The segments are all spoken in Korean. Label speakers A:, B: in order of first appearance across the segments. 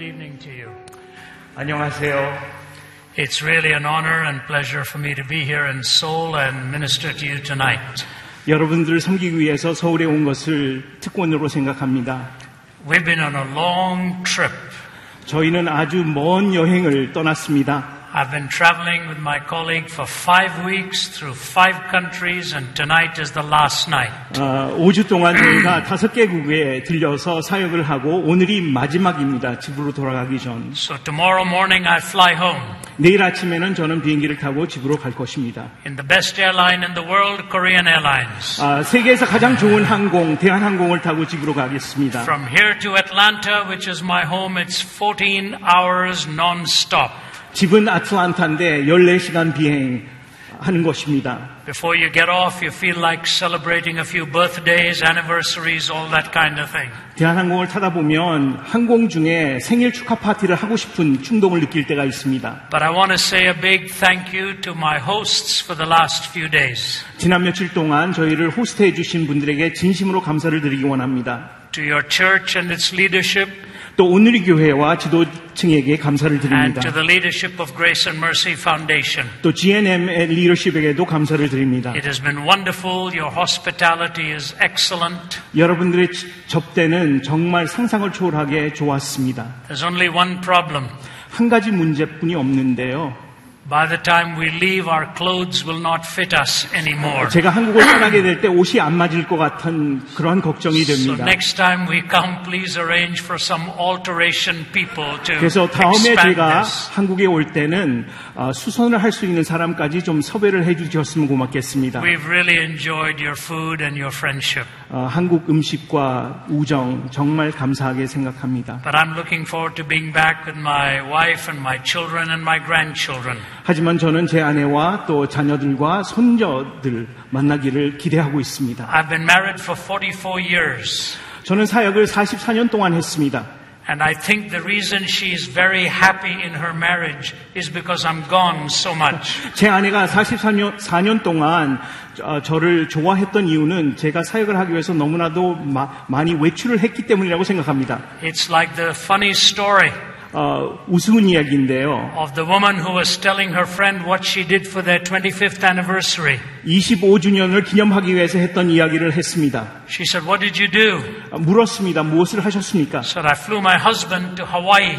A: you.
B: 안녕하세요.
A: It's really an honor and pleasure for me to be here in Seoul and minister to you tonight.
B: 여러분들을 섬기기 위해서 서울에 온 것을 특권으로 생각합니다.
A: We've been on a long trip.
B: 저희는 아주 먼 여행을 떠났습니다.
A: I've been traveling with my colleague for five weeks through five countries, and tonight is the last night.
B: 어, 5주 동안 저희가 다섯 개국에 들려서 사역을 하고 오늘이 마지막입니다. 집으로 돌아가기 전.
A: So tomorrow morning I fly home
B: 내일 아침에는 저는 비행기를 타고 집으로 갈 것입니다.
A: in the best airline in the world, Korean Airlines.
B: 아, 세계에서 가장 좋은 항공, 대한항공을 타고 집으로 가겠습니다.
A: From here to Atlanta, which is my home, it's 14 hours non-stop.
B: 집은 아틀란타인데 14시간 비행하는 것입니다.
A: Before you get off, you feel like celebrating a few birthdays, anniversaries, all that kind of thing.
B: 대한항공을 타다 보면 항공 중에 생일 축하 파티를 하고 싶은 충동을 느낄 때가 있습니다.
A: But I want to say a big thank you to my hosts for the last few days,
B: 지난 며칠 동안 저희를 호스트해 주신 분들에게 진심으로 감사를 드리기 원합니다.
A: to your church and its leadership,
B: 또 오늘의 교회와 지도층에게 감사를
A: and to
B: 드립니다.
A: the leadership of Grace and Mercy Foundation.
B: 또 GNM 의 리더십에게도 감사를 드립니다.
A: It has been wonderful. Your hospitality is excellent.
B: 여러분들의 지- 접대는 정말 상상을 초월하게 좋았습니다.
A: There's only one problem.
B: 한 가지 문제뿐이 없는데요.
A: By the time we leave, our clothes will not fit us anymore.
B: 제가 한국을 떠나게 될 때 옷이 안 맞을 것 같은 그러한 걱정이
A: So
B: 됩니다.
A: next time we come, please arrange for some alteration people to
B: 그래서 다음에
A: expand
B: 제가
A: this.
B: 한국에 올 때는 어, 수선을 할 수 있는 사람까지 좀 섭외를 해주셨으면 고맙겠습니다.
A: We've really enjoyed your food and your friendship.
B: 어, 한국 음식과 우정 정말 감사하게 생각합니다.
A: But I'm looking forward to being back with my wife and my children and my grandchildren.
B: 하지만 저는 제 아내와 또 자녀들과 손녀들 만나기를 기대하고 있습니다.
A: I've been married for 44 years,
B: 저는 사역을 44년 동안 했습니다.
A: and I think the reason she's very happy in her marriage is because I'm gone so much.
B: 제 아내가 44년 4년 동안 어, 저를 좋아했던 이유는 제가 사역을 하기 위해서 너무나도 마- 많이 외출을 했기 때문이라고 생각합니다.
A: It's like the funny story
B: 어, 우스운 이야기인데요.
A: of the woman who was telling her friend what she did for their 25th anniversary.
B: 25주년을 기념하기 위해서 했던 이야기를 했습니다. 아,
A: She said, What did you do?
B: 물었습니다. 무엇을 하셨습니까?
A: said, I flew my husband to Hawaii.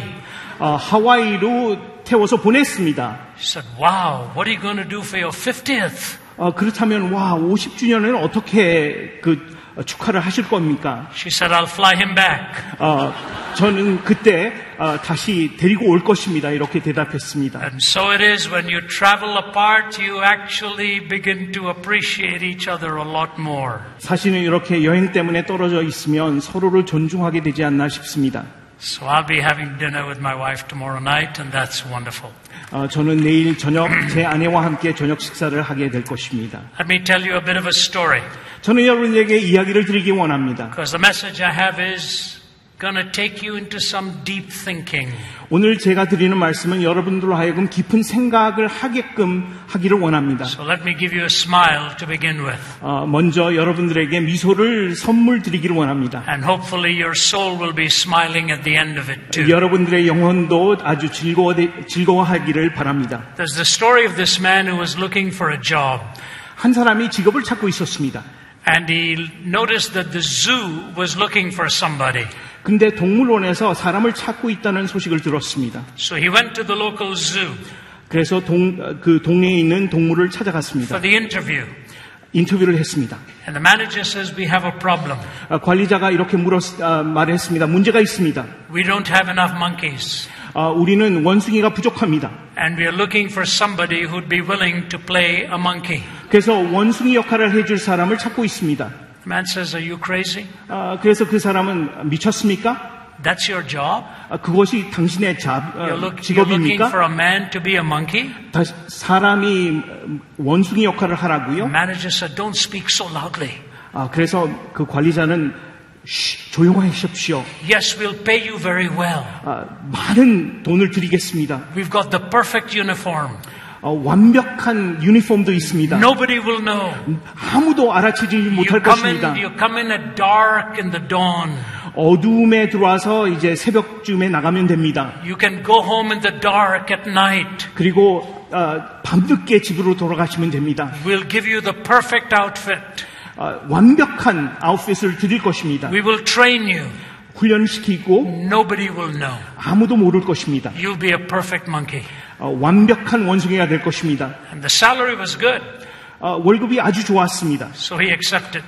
B: 아, 하와이로 태워서 보냈습니다.
A: She said, Wow, what are you going to do for your 50th?
B: 아, 그렇다면 와 50주년에는 어떻게 그 축하를 하실 겁니까?
A: She said, I'll fly him back.
B: 아, 저는 그때 아, 다시 데리고 올 것입니다. 이렇게 대답했습니다.
A: And so it is when you travel apart, you actually begin to appreciate each other a lot more.
B: 사실은 이렇게 여행 때문에 떨어져 있으면 서로를 존중하게 되지 않나 싶습니다.
A: So I'll be having dinner with my wife tomorrow night, and that's wonderful.
B: 아, 저는 내일 저녁 제 아내와 함께 저녁 식사를 하게 될 것입니다.
A: Let me tell you a bit of a story,
B: 저는 여러분에게 이야기를 드리기 원합니다.
A: because the message I have is going to take you into some deep thinking.
B: 오늘 제가 드리는 말씀은 여러분들로 하여금 깊은 생각을 하게끔 하기를 원합니다.
A: So let me give you a smile to begin with,
B: 어, 먼저 여러분들에게 미소를 선물 드리기를 원합니다.
A: and hopefully your soul will be smiling at the end of it too.
B: 여러분들의 영혼도 아주 즐거워, 즐거워하기를 바랍니다.
A: There's the story of this man who was looking for a job,
B: 한 사람이 직업을 찾고 있었습니다.
A: and he noticed that the zoo was looking for somebody.
B: 근데 동물원에서 사람을 찾고 있다는 소식을 들었습니다.
A: So he went to the local zoo
B: 그래서 동, 어, 그 동네에 있는 동물을
A: for
B: 찾아갔습니다.
A: the interview,
B: 인터뷰를 했습니다.
A: and the manager says, We have a problem.
B: 아, 관리자가 이렇게 물었, 아, 말했습니다. 문제가 있습니다.
A: We don't have enough monkeys,
B: 아, 우리는 원숭이가 부족합니다.
A: and we are looking for somebody who'd be willing to play a monkey.
B: 그래서 원숭이 역할을 해줄 사람을 찾고 있습니다.
A: The man says, Are you crazy?
B: 아, 그래서 그 사람은 미쳤습니까?
A: That's your job?
B: 아, 그것이 당신의 잡, 어,
A: You're, look, you're looking for
B: 직업입니까?
A: a man to be a monkey?
B: 다시 사람이 음, 원숭이 역할을
A: The
B: 하라고요?
A: manager said, Don't speak so loudly.
B: 아, 그래서 그 관리자는 "쉬, 조용하십시오.
A: Yes, we'll pay you very well.
B: 아, 많은 돈을 드리겠습니다.
A: We've got the perfect uniform.
B: 어, 완벽한 유니폼도 있습니다.
A: Nobody will know.
B: 아무도 알아채지
A: You
B: 못할
A: come
B: 것입니다.
A: in, you come in at dark in the dawn.
B: 어두움에 들어와서 이제 새벽쯤에 나가면 됩니다.
A: You can go home in the dark at night.
B: 그리고 어, 밤늦게 집으로 돌아가시면 됩니다.
A: We'll give you the perfect outfit.
B: 어, 완벽한 아웃핏을 드릴 것입니다.
A: We will train you.
B: 훈련시키고
A: Nobody will know.
B: 아무도 모를 것입니다.
A: You'll be a perfect monkey.
B: 어, 완벽한 원숭이가 될 것입니다.
A: And the salary was good,
B: 어, 월급이 아주 좋았습니다.
A: so he accepted.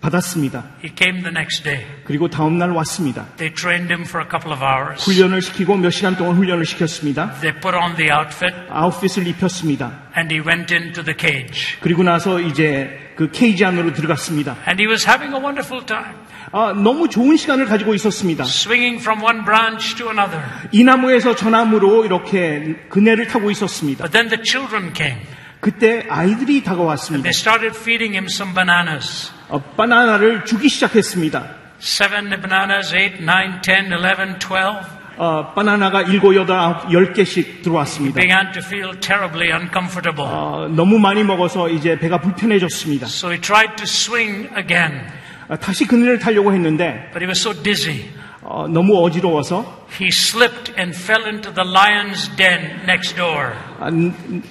B: 받았습니다.
A: He came the next day.
B: 그리고 다음날 왔습니다.
A: They trained him for a couple of hours.
B: 훈련을 시키고 몇 시간 동안 훈련을 시켰습니다.
A: They put on the outfit
B: 아웃핏을 입혔습니다.
A: and he went into the cage.
B: 그리고 나서 이제 그 케이지 안으로 들어갔습니다.
A: And he was having a wonderful time,
B: 아, 너무 좋은 시간을 가지고 있었습니다.
A: swinging from one branch to another.
B: 이 나무에서 저 나무로 이렇게 그네를 타고 있었습니다.
A: But then the children came.
B: 그때 아이들이 다가왔습니다.
A: They started feeding him some bananas.
B: 어, 바나나를 주기 시작했습니다.
A: Seven bananas, eight, nine, ten, eleven, twelve.
B: 어, 바나나가 일곱, 여덟, 아홉, 열 개씩 들어왔습니다.
A: Began to feel terribly uncomfortable.
B: 어, 너무 많이 먹어서 이제 배가 불편해졌습니다.
A: So he tried to swing again,
B: 어, 다시 그네를 타려고 했는데
A: but he was so dizzy.
B: 어, 너무 어지러워서
A: He slipped and fell into the lion's den next door.
B: 아,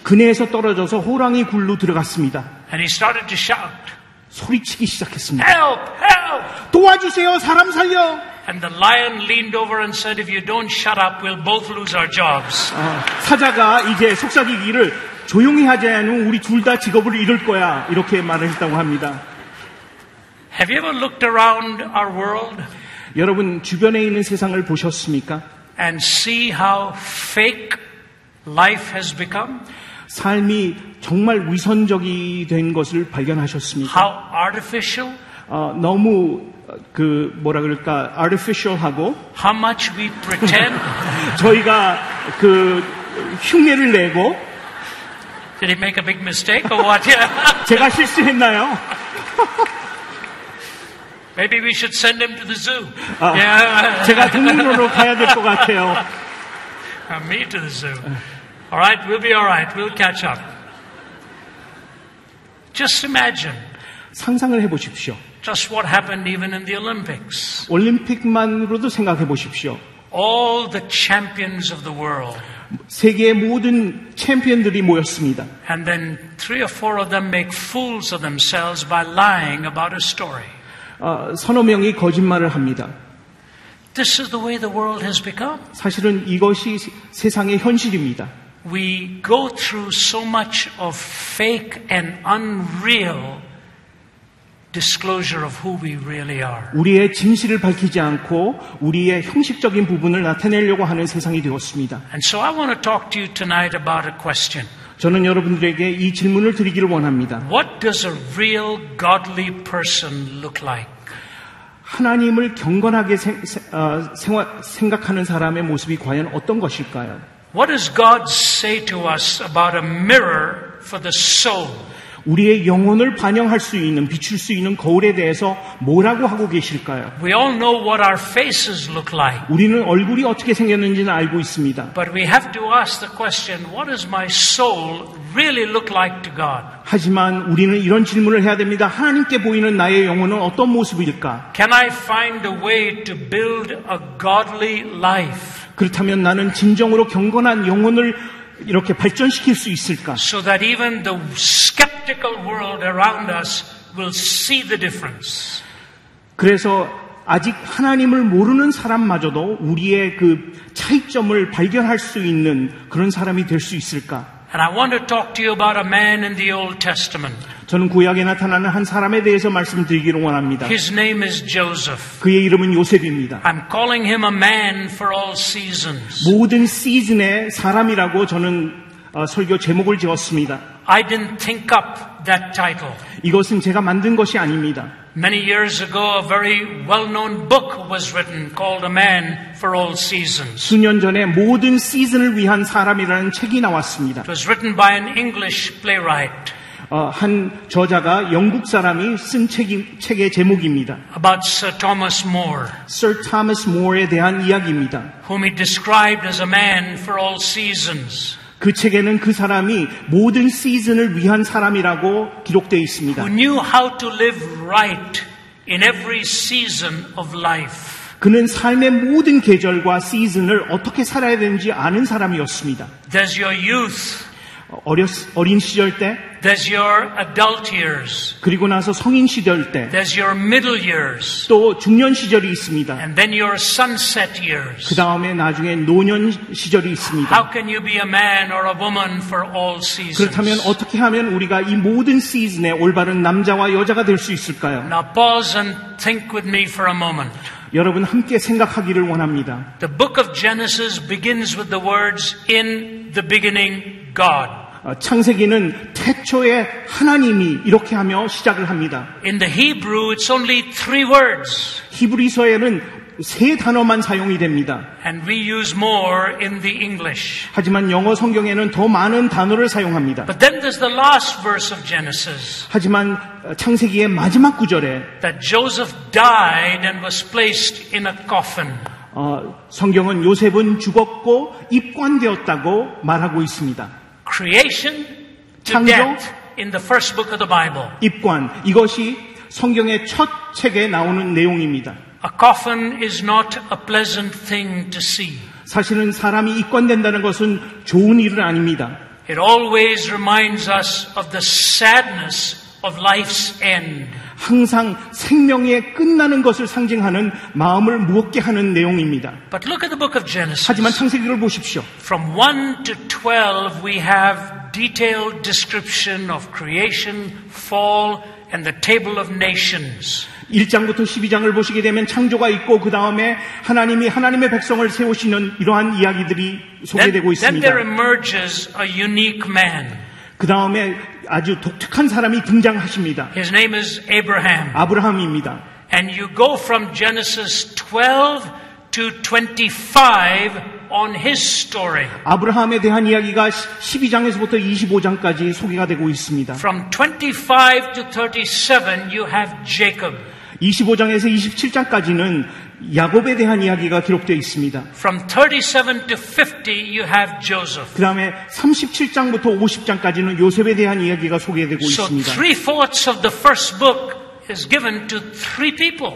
B: 그네에서 떨어져서 호랑이 굴로 들어갔습니다.
A: And he started to shout,
B: 소리치기 시작했습니다.
A: Help! Help!
B: 도와주세요, 사람 살려!
A: And the lion leaned over and said, If you don't shut up, we'll both lose our jobs.
B: 아, 사자가 이제 속삭이기를 조용히 하지 않으면 우리 둘 다 직업을 잃을 거야 이렇게 말을 했다고 합니다.
A: Have you ever looked around our world
B: 여러분 주변에 있는 세상을 보셨습니까?
A: and see how fake life has become?
B: 삶이 정말 위선적이 된 것을 발견하셨습니까?
A: How artificial?
B: 어, 너무 어, 그 뭐라 그럴까 artificial하고
A: How much we pretend?
B: 저희가 그 흉내를 내고
A: Did he make a big mistake or what? Yeah.
B: 제가 실수했나요?
A: Maybe we should send him to the zoo.
B: 아,
A: yeah.
B: 제가 동물원으로 가야 될 것 같아요.
A: Uh, me to the zoo. All right, we'll be all right. We'll catch up. Just imagine
B: 상상을 해보십시오.
A: just what happened even in the Olympics.
B: 올림픽만으로도 생각해 보십시오.
A: All the champions of the world,
B: 세계의 모든 챔피언들이 모였습니다.
A: and then three or four of them make fools of themselves by lying about a story.
B: 어, 서너 명이 거짓말을 합니다.
A: This is the way the world has become.
B: 사실은 이것이 세- 세상의 현실입니다.
A: We go through so much of fake and unreal disclosure of who we really are.
B: 우리의 진실을 밝히지 않고 우리의 형식적인 부분을 나타내려고 하는 세상이 되었습니다.
A: And so I want to talk to you tonight about a question.
B: 저는 여러분들에게 이 질문을 드리기를 원합니다.
A: What does a real godly person look like?
B: 하나님을 경건하게 생, 세- 어, 생활- 생각하는 사람의 모습이 과연 어떤 것일까요?
A: What does God say to us about a mirror for the soul?
B: 우리의 영혼을 반영할 수 있는, 비출 수 있는 거울에 대해서 뭐라고 하고 계실까요?
A: We all know what our faces look like,
B: 우리는 얼굴이 어떻게 생겼는지는 알고 있습니다.
A: but we have to ask the question, what does my soul really look like to God?
B: 하지만 우리는 이런 질문을 해야 됩니다. 하나님께 보이는 나의 영혼은 어떤 모습일까?
A: Can I find a way to build a godly life
B: 그렇다면 나는 진정으로 경건한 영혼을 이렇게 발전시킬 수 있을까?
A: so that even the skeptical world around us will see the difference?
B: 그래서 아직 하나님을 모르는 사람마저도 우리의 그 차이점을 발견할 수 있는 그런 사람이 될 수 있을까?
A: And I want to talk to you about a man in the Old Testament.
B: 저는 구약에 나타나는 한 사람에 대해서 말씀드리기를 원합니다.
A: His name is Joseph.
B: 그의 이름은 요셉입니다.
A: I'm calling him a man for all seasons.
B: 모든 시즌의 사람이라고 저는 어, 설교 제목을 지었습니다.
A: I didn't think up that title.
B: 이것은 제가 만든 것이 아닙니다.
A: Many years ago, a very well known book was written called A Man for All Seasons.
B: 수년 전에 모든 시즌을 위한 사람이라는 책이 나왔습니다.
A: It was written by an English playwright
B: 어, 한 저자가 영국 사람이 쓴 책이, 책의 제목입니다.
A: about Sir Thomas More,
B: Sir Thomas More에 대한 이야기입니다.
A: whom he described as a man for all seasons,
B: 그 책에는 그 사람이 모든 시즌을 위한 사람이라고 기록되어 있습니다.
A: who knew how to live right in every season of life.
B: 그는 삶의 모든 계절과 시즌을 어떻게 살아야 되는지 아는 사람이었습니다.
A: There's your youth.
B: 어렸, 어린 시절 때,
A: There's your adult years.
B: 그리고 나서 성인 시절 때,
A: There's your middle years.
B: 또 중년 시절이 있습니다.
A: And then your sunset
B: 그
A: years.
B: 다음에 나중에 노년 시절이 있습니다.
A: How can you be a man or a woman for all seasons?
B: 그렇다면 어떻게 하면 우리가 이 모든 시즌에 올바른 남자와 여자가 될 수 있을까요?
A: Now pause and think with me for a moment.
B: 여러분 함께 생각하기를 원합니다.
A: The book of Genesis begins with the words, In the beginning, God.
B: 어, 창세기는 태초에 하나님이 이렇게 하며 시작을 합니다.
A: In the Hebrew, it's only three words,
B: 히브리서에는 세 단어만 사용이 됩니다.
A: and we use more in the English.
B: 하지만 영어 성경에는 더 많은 단어를 사용합니다.
A: But then there's the last verse of Genesis
B: 하지만 어, 창세기의 마지막 구절에
A: that Joseph died and was placed in a coffin.
B: 어, 성경은 요셉은 죽었고 입관되었다고 말하고 있습니다.
A: Creation to
B: 창조.
A: death in the first book of the Bible.
B: 입관 이것이 성경의 첫 책에 나오는 내용입니다.
A: A coffin is not a pleasant thing to see.
B: 사실은 사람이 입관된다는 것은 좋은 일은 아닙니다.
A: It always reminds us of the sadness of life's end.
B: 항상 생명의 끝나는 것을 상징하는 마음을 무겁게 하는 내용입니다.
A: But look at the book of Genesis.
B: 하지만 창세기를 보십시오.
A: From 1 to 12, we have detailed description of creation, fall, and the table of nations.
B: 1장부터 12장을 보시게 되면 창조가 있고 그 다음에 하나님이 하나님의 백성을 세우시는 이러한 이야기들이 소개되고
A: Then, then there
B: 있습니다.
A: emerges a unique man.
B: 그 다음에 아주 독특한 사람이 등장하십니다.
A: His name is Abraham.
B: 아브라함입니다.
A: And you go from Genesis 12 to 25 on his story.
B: 아브라함에 대한 이야기가 12장에서부터 25장까지 소개가 되고 있습니다.
A: From 25 to 37, you have Jacob.
B: 25장에서 27장까지는 야곱에 대한 이야기가 기록되어 있습니다.
A: From 37 to 50, you have Joseph.
B: 그 다음에 37장부터 50장까지는 요셉에 대한 이야기가 소개되고
A: So
B: 있습니다.
A: three fourths of the first book is given to three people.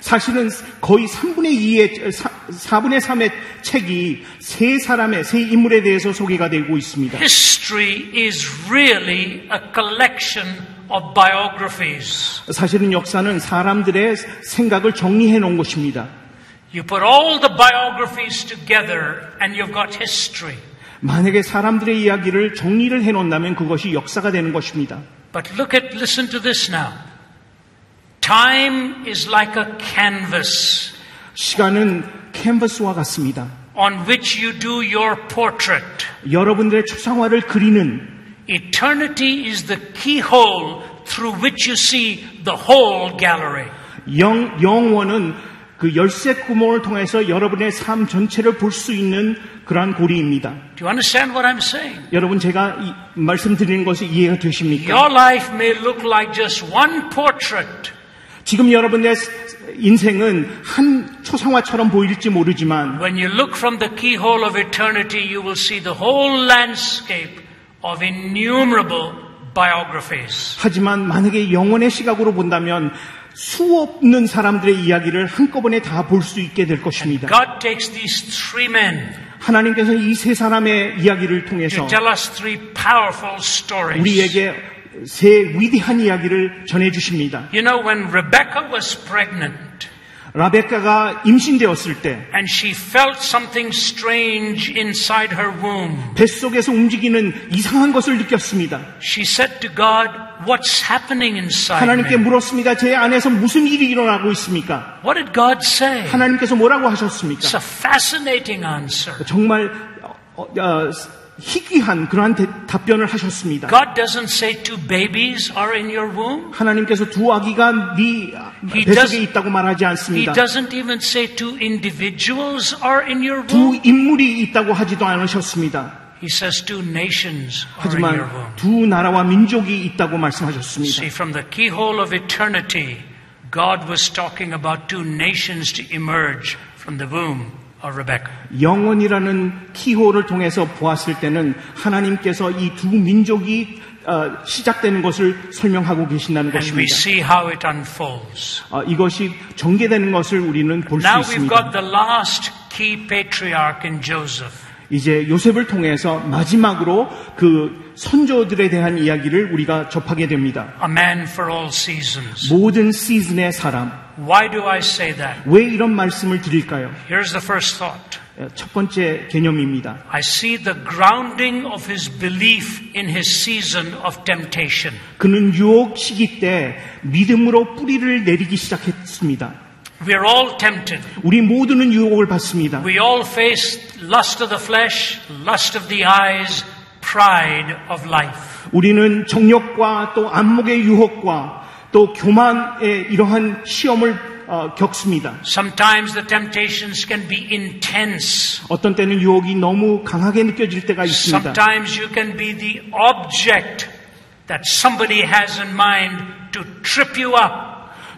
B: 사실은 거의 3분의 2의, 4분의 3의 책이 세 사람의, 세 인물에 대해서 소개가 되고 있습니다.
A: History is really a collection of biographies.
B: 사실은 역사는 사람들의 생각을 정리해 놓은 것입니다.
A: You put all the biographies together and you've got history.
B: 만약에 사람들의 이야기를 정리를 해 놓는다면 그것이 역사가 되는 것입니다.
A: But look at, listen to this now. Time is like a canvas
B: 시간은 캔버스와 같습니다.
A: on which you do your portrait.
B: 여러분들의 초상화를 그리는
A: Eternity is the keyhole through which you see the whole gallery.
B: 영, 영원은 그 열쇠 구멍을 통해서 여러분의 삶 전체를 볼 수 있는 그러한 고리입니다.
A: Do you understand what I'm saying?
B: 여러분 제가 이- 말씀드리는 것이 이해가 되십니까?
A: Your life may look like just one portrait,
B: 지금 여러분의 인생은 한 초상화처럼 보일지 모르지만
A: When you look from the keyhole of eternity, you will see the whole landscape of innumerable biographies.
B: 하지만 만약에 영원의 시각으로 본다면 수 없는 사람들의 이야기를 한꺼번에 다 볼 수 있게 될 것입니다.
A: God takes these three men
B: 하나님께서 이 세 사람의 이야기를
A: to
B: 통해서
A: tell us three powerful stories.
B: 우리에게 세 위대한 이야기를 전해 주십니다.
A: You know, when Rebecca was pregnant
B: 라베카가 임신되었을 때
A: and she felt something strange inside her womb,
B: 뱃속에서 움직이는 이상한 것을 느꼈습니다.
A: she said to God, What's happening inside
B: 하나님께
A: me?
B: 물었습니다. 제 안에서 무슨 일이 일어나고 있습니까?
A: What did God say?
B: 하나님께서 뭐라고
A: It's
B: 하셨습니까?
A: a fascinating answer.
B: 정말 어, 어, 희귀한 그러한 대- 답변을 하셨습니다.
A: God doesn't say two babies are in your womb.
B: 하나님께서 두 아기가 네
A: He does-
B: 뱃속에 있다고 말하지
A: He
B: 않습니다.
A: doesn't even say two individuals are in your
B: 두
A: womb.
B: 인물이 있다고 하지도 않으셨습니다.
A: He says two nations are in your
B: 하지만
A: womb.
B: 두 나라와 민족이 있다고
A: See,
B: 말씀하셨습니다.
A: from the keyhole of eternity, God was talking about two nations to emerge from the womb of Rebecca.
B: 영원이라는 키호를 통해서 보았을 때는 하나님께서 이 두 민족이 어, 시작되는 것을 설명하고 계신다는
A: and we
B: 것입니다.
A: see how it unfolds.
B: 어, 이것이 전개되는 것을 우리는 볼 수
A: Now we've got
B: 있습니다.
A: the last key patriarch in Joseph.
B: 이제 요셉을 통해서 마지막으로 그 선조들에 대한 이야기를 우리가 접하게 됩니다.
A: a man for all seasons.
B: 모든 시즌의 사람.
A: Why do I say that?
B: 왜 이런 말씀을 드릴까요?
A: Here's the first thought.
B: 예, 첫 번째 개념입니다.
A: I see the grounding of his belief in his season of temptation.
B: 그는 유혹 시기 때 믿음으로 뿌리를 내리기 시작했습니다.
A: We're all tempted.
B: 우리 모두는 유혹을 받습니다.
A: We all face lust of the flesh, lust of the eyes, pride of life.
B: 우리는 정욕과 또 안목의 유혹과 또 교만의 이러한 시험을 어, 겪습니다.
A: Sometimes the temptations can be intense.
B: 어떤 때는 유혹이 너무 강하게 느껴질 때가 있습니다.
A: Sometimes you can be the object that somebody has in mind to trip you up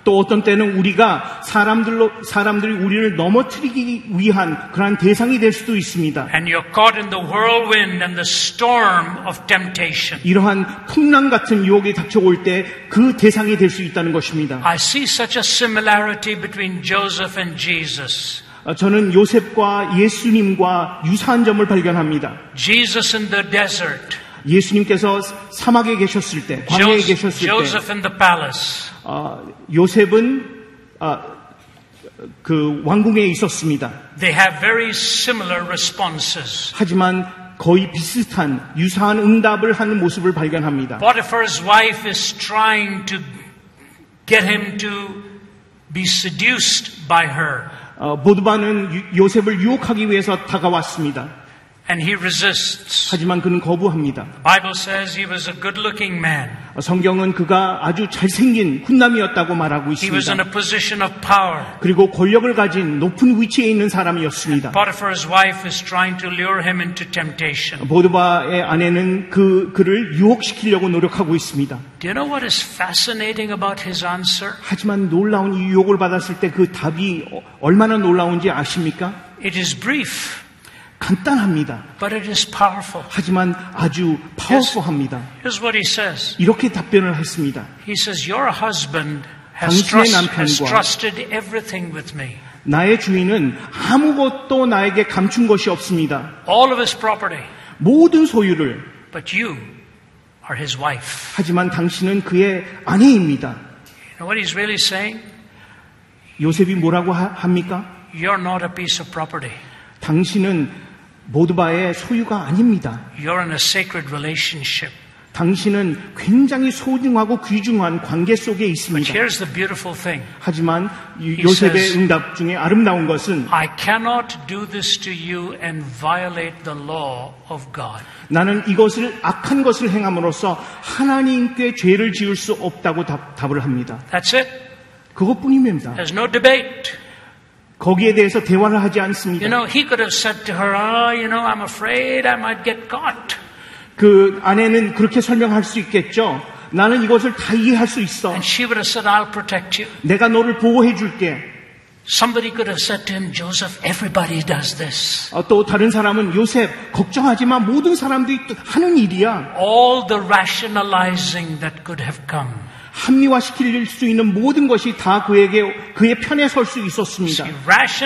B: 또 어떤 때는 우리가 사람들로 사람들이 우리를 넘어뜨리기 위한 그러한 대상이 될 수도 있습니다.
A: And you're caught in the whirlwind and the storm of temptation.
B: 이러한 풍랑 같은 유혹이 닥쳐올 때 그 대상이 될 수 있다는 것입니다.
A: I see such a similarity between Joseph and Jesus.
B: 어, 저는 요셉과 예수님과 유사한 점을 발견합니다.
A: Jesus in the desert,
B: 예수님께서 사막에 계셨을 때, 광야에
A: Joseph,
B: 계셨을 때,
A: Joseph in the palace,
B: 어, 요셉은 아, 그 왕궁에 있었습니다.
A: they have very similar responses.
B: 하지만 거의 비슷한 유사한 응답을 하는 모습을 발견합니다.
A: Potiphar's wife is trying to get him to be seduced by her,
B: 어, 보드바는 유- 요셉을 유혹하기 위해서 다가왔습니다.
A: and he resists.
B: 하지만 그는 거부합니다.
A: The Bible says he was a good looking man,
B: 어, 성경은 그가 아주 잘생긴 훈남이었다고 말하고
A: he was in
B: 있습니다.
A: a position of power.
B: 그리고 권력을 가진 높은 위치에 있는 사람이었습니다.
A: Potiphar's wife is trying to lure him into temptation.
B: 보드바의 아내는 그 그를 유혹시키려고 노력하고 있습니다.
A: Do you know what is fascinating about his answer?
B: 하지만 놀라운 이 유혹을 받았을 때 그 답이 어- 얼마나 놀라운지 아십니까?
A: It is brief,
B: 간단합니다.
A: but it is powerful.
B: 하지만 아주 파워풀합니다.
A: Here's what he says
B: 이렇게 답변을 했습니다.
A: He says, Your husband has,
B: 당신의
A: trust-
B: 남편과-
A: has trusted everything with me,
B: 나의 주인은 아무것도 나에게 감춘 것이 없습니다.
A: all of his property,
B: 모든 소유를
A: but you are his wife.
B: 하지만 당신은 그의 아내입니다.
A: You know what he's really saying?
B: 요셉이 뭐라고 하- 합니까?
A: You're not a piece of property.
B: 당신은 모드바의 소유가 아닙니다.
A: You're in a sacred relationship.
B: 당신은 굉장히 소중하고 귀중한 관계 속에
A: But
B: 있습니다.
A: here's the beautiful thing
B: 하지만 이-
A: He says-
B: 요셉의 응답 중에 아름다운 것은
A: I cannot do this to you and violate the law of God.
B: 나는 이것을 악한 것을 행함으로써 하나님께 죄를 지을 수 없다고 답, 답을 합니다.
A: That's it.
B: 그것뿐입니다.
A: There's no debate.
B: 거기에 대해서 대화를 하지
A: You
B: 않습니다.
A: know, he could have said to her, Oh, you know, I'm afraid I might get caught.
B: 그 아내는 그렇게 설명할 수 있겠죠. 나는 이것을 다 이해할 수 있어.
A: And she would have said, I'll protect you.
B: 내가 너를 보호해 줄게.
A: Somebody could have said to him, Joseph, everybody does this.
B: 어, 또 다른 사람은 요셉 걱정하지 마. 모든 사람들이 또 하는 일이야.
A: All the rationalizing that could have come.
B: 합리화시킬 수 있는 모든 것이 다 그에게 그의 편에 설 수
A: See,
B: 있었습니다.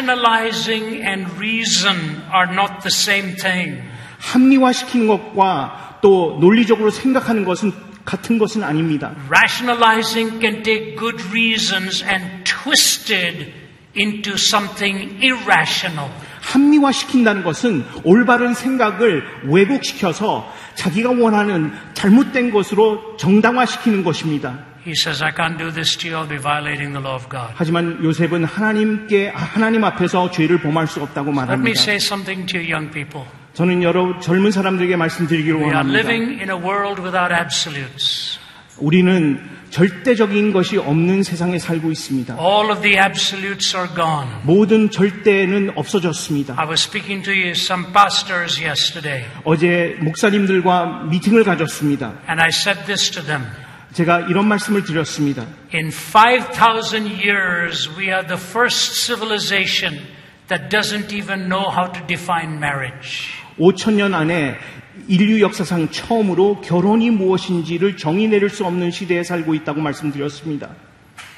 A: rationalizing and reason are not the same thing.
B: 합리화시킨 것과 또 논리적으로 생각하는 것은 같은 것은 아닙니다.
A: Rationalizing can take good reasons and twist it into something irrational.
B: 합리화시킨다는 것은 올바른 생각을 왜곡시켜서 자기가 원하는 잘못된 것으로 정당화시키는 것입니다.
A: He says, I can't do this to you, I'll be violating the law of God.
B: 하지만 요셉은 하나님께 하나님 앞에서 죄를 범할 수
A: Let
B: 없다고
A: me
B: 말합니다.
A: say something to you, young people.
B: 저는 여러 젊은 사람들에게 말씀드리기를
A: We are
B: 원합니다.
A: living in a world without absolutes.
B: 우리는 절대적인 것이 없는 세상에 살고 있습니다.
A: All of the absolutes are gone.
B: 모든 절대는 없어졌습니다.
A: I was speaking to you, some pastors yesterday,
B: 어제 목사님들과 미팅을 가졌습니다.
A: and I said this to them.
B: 제가 이런 말씀을 드렸습니다.
A: In 5,000 years, we are the first civilization that doesn't even know how to define marriage.
B: 5천년 안에 인류 역사상 처음으로 결혼이 무엇인지를 정의 내릴 수 없는 시대에 살고 있다고 말씀드렸습니다.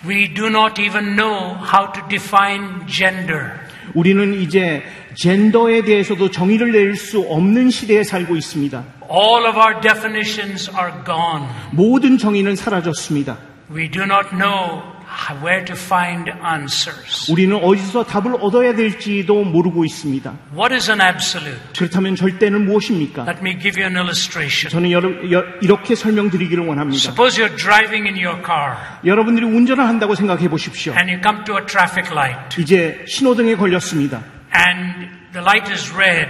A: We do not even know how to define gender.
B: 우리는 이제 젠더에 대해서도 정의를 내릴 수 없는 시대에 살고 있습니다.
A: All of our definitions are gone.
B: 모든 정의는 사라졌습니다.
A: We do not know how- where to find answers.
B: 우리는 어디서 답을 얻어야 될지도 모르고 있습니다.
A: What is an absolute?
B: 그렇다면 절대는 무엇입니까?
A: Let me give you an illustration.
B: 저는 여러- 여- 이렇게 설명드리기를 원합니다.
A: Suppose you're driving in your car
B: 여러분들이 운전을 한다고 생각해 보십시오.
A: and you come to a traffic light
B: 이제 신호등에 걸렸습니다.
A: and the light is red,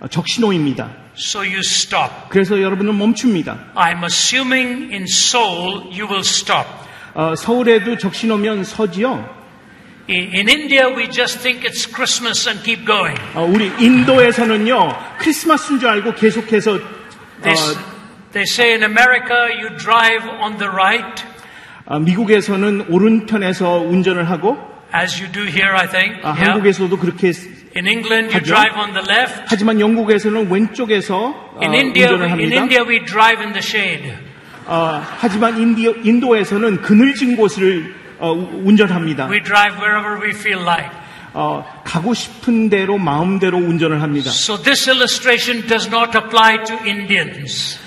B: 어, 적신호입니다.
A: so you stop.
B: 그래서 여러분은 멈춥니다.
A: I'm assuming in Seoul you will stop.
B: 어, 서울에도 적신호면 서지요.
A: I- In India, we just think it's Christmas and keep going.
B: 어, 우리 인도에서는요 크리스마스인 줄 알고 계속해서
A: They, s-
B: 어,
A: they say in America, you drive on the right,
B: 어, 미국에서는 오른편에서 운전을 하고
A: as you do here, I think.
B: 아,
A: Yeah.
B: 한국에서도 그렇게 했-
A: In England, you
B: 하죠.
A: drive on the left.
B: 하지만 영국에서는 왼쪽에서 어,
A: In India,
B: 운전을
A: we, in
B: 합니다.
A: India, we drive in the shade.
B: 어, 하지만 인디, 인도에서는 그늘진 곳을 어, 우- 운전합니다.
A: We drive wherever we feel like.
B: 어, 가고 싶은 대로 마음대로 운전을 합니다.
A: So this illustration does not apply to Indians.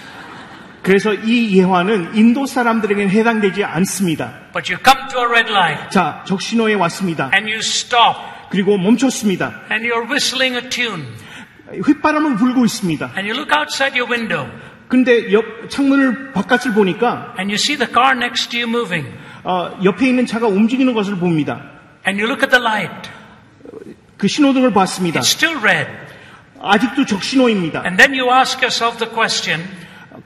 B: 그래서 이 예화는 인도 사람들에게는 해당되지 않습니다.
A: But you come to a red light
B: 자, 적신호에 왔습니다.
A: and you stop
B: 그리고 멈췄습니다.
A: and you're whistling a tune
B: 휘바람은 불고 있습니다.
A: and you look outside your window
B: 근데 옆 창문을 바깥을 보니까
A: and you see the car next to you moving
B: 어, 옆에 있는 차가 움직이는 것을 봅니다.
A: and you look at the light.
B: 그 신호등을 봤습니다.
A: It's still red.
B: 아직도 적신호입니다.
A: And then you ask yourself the question,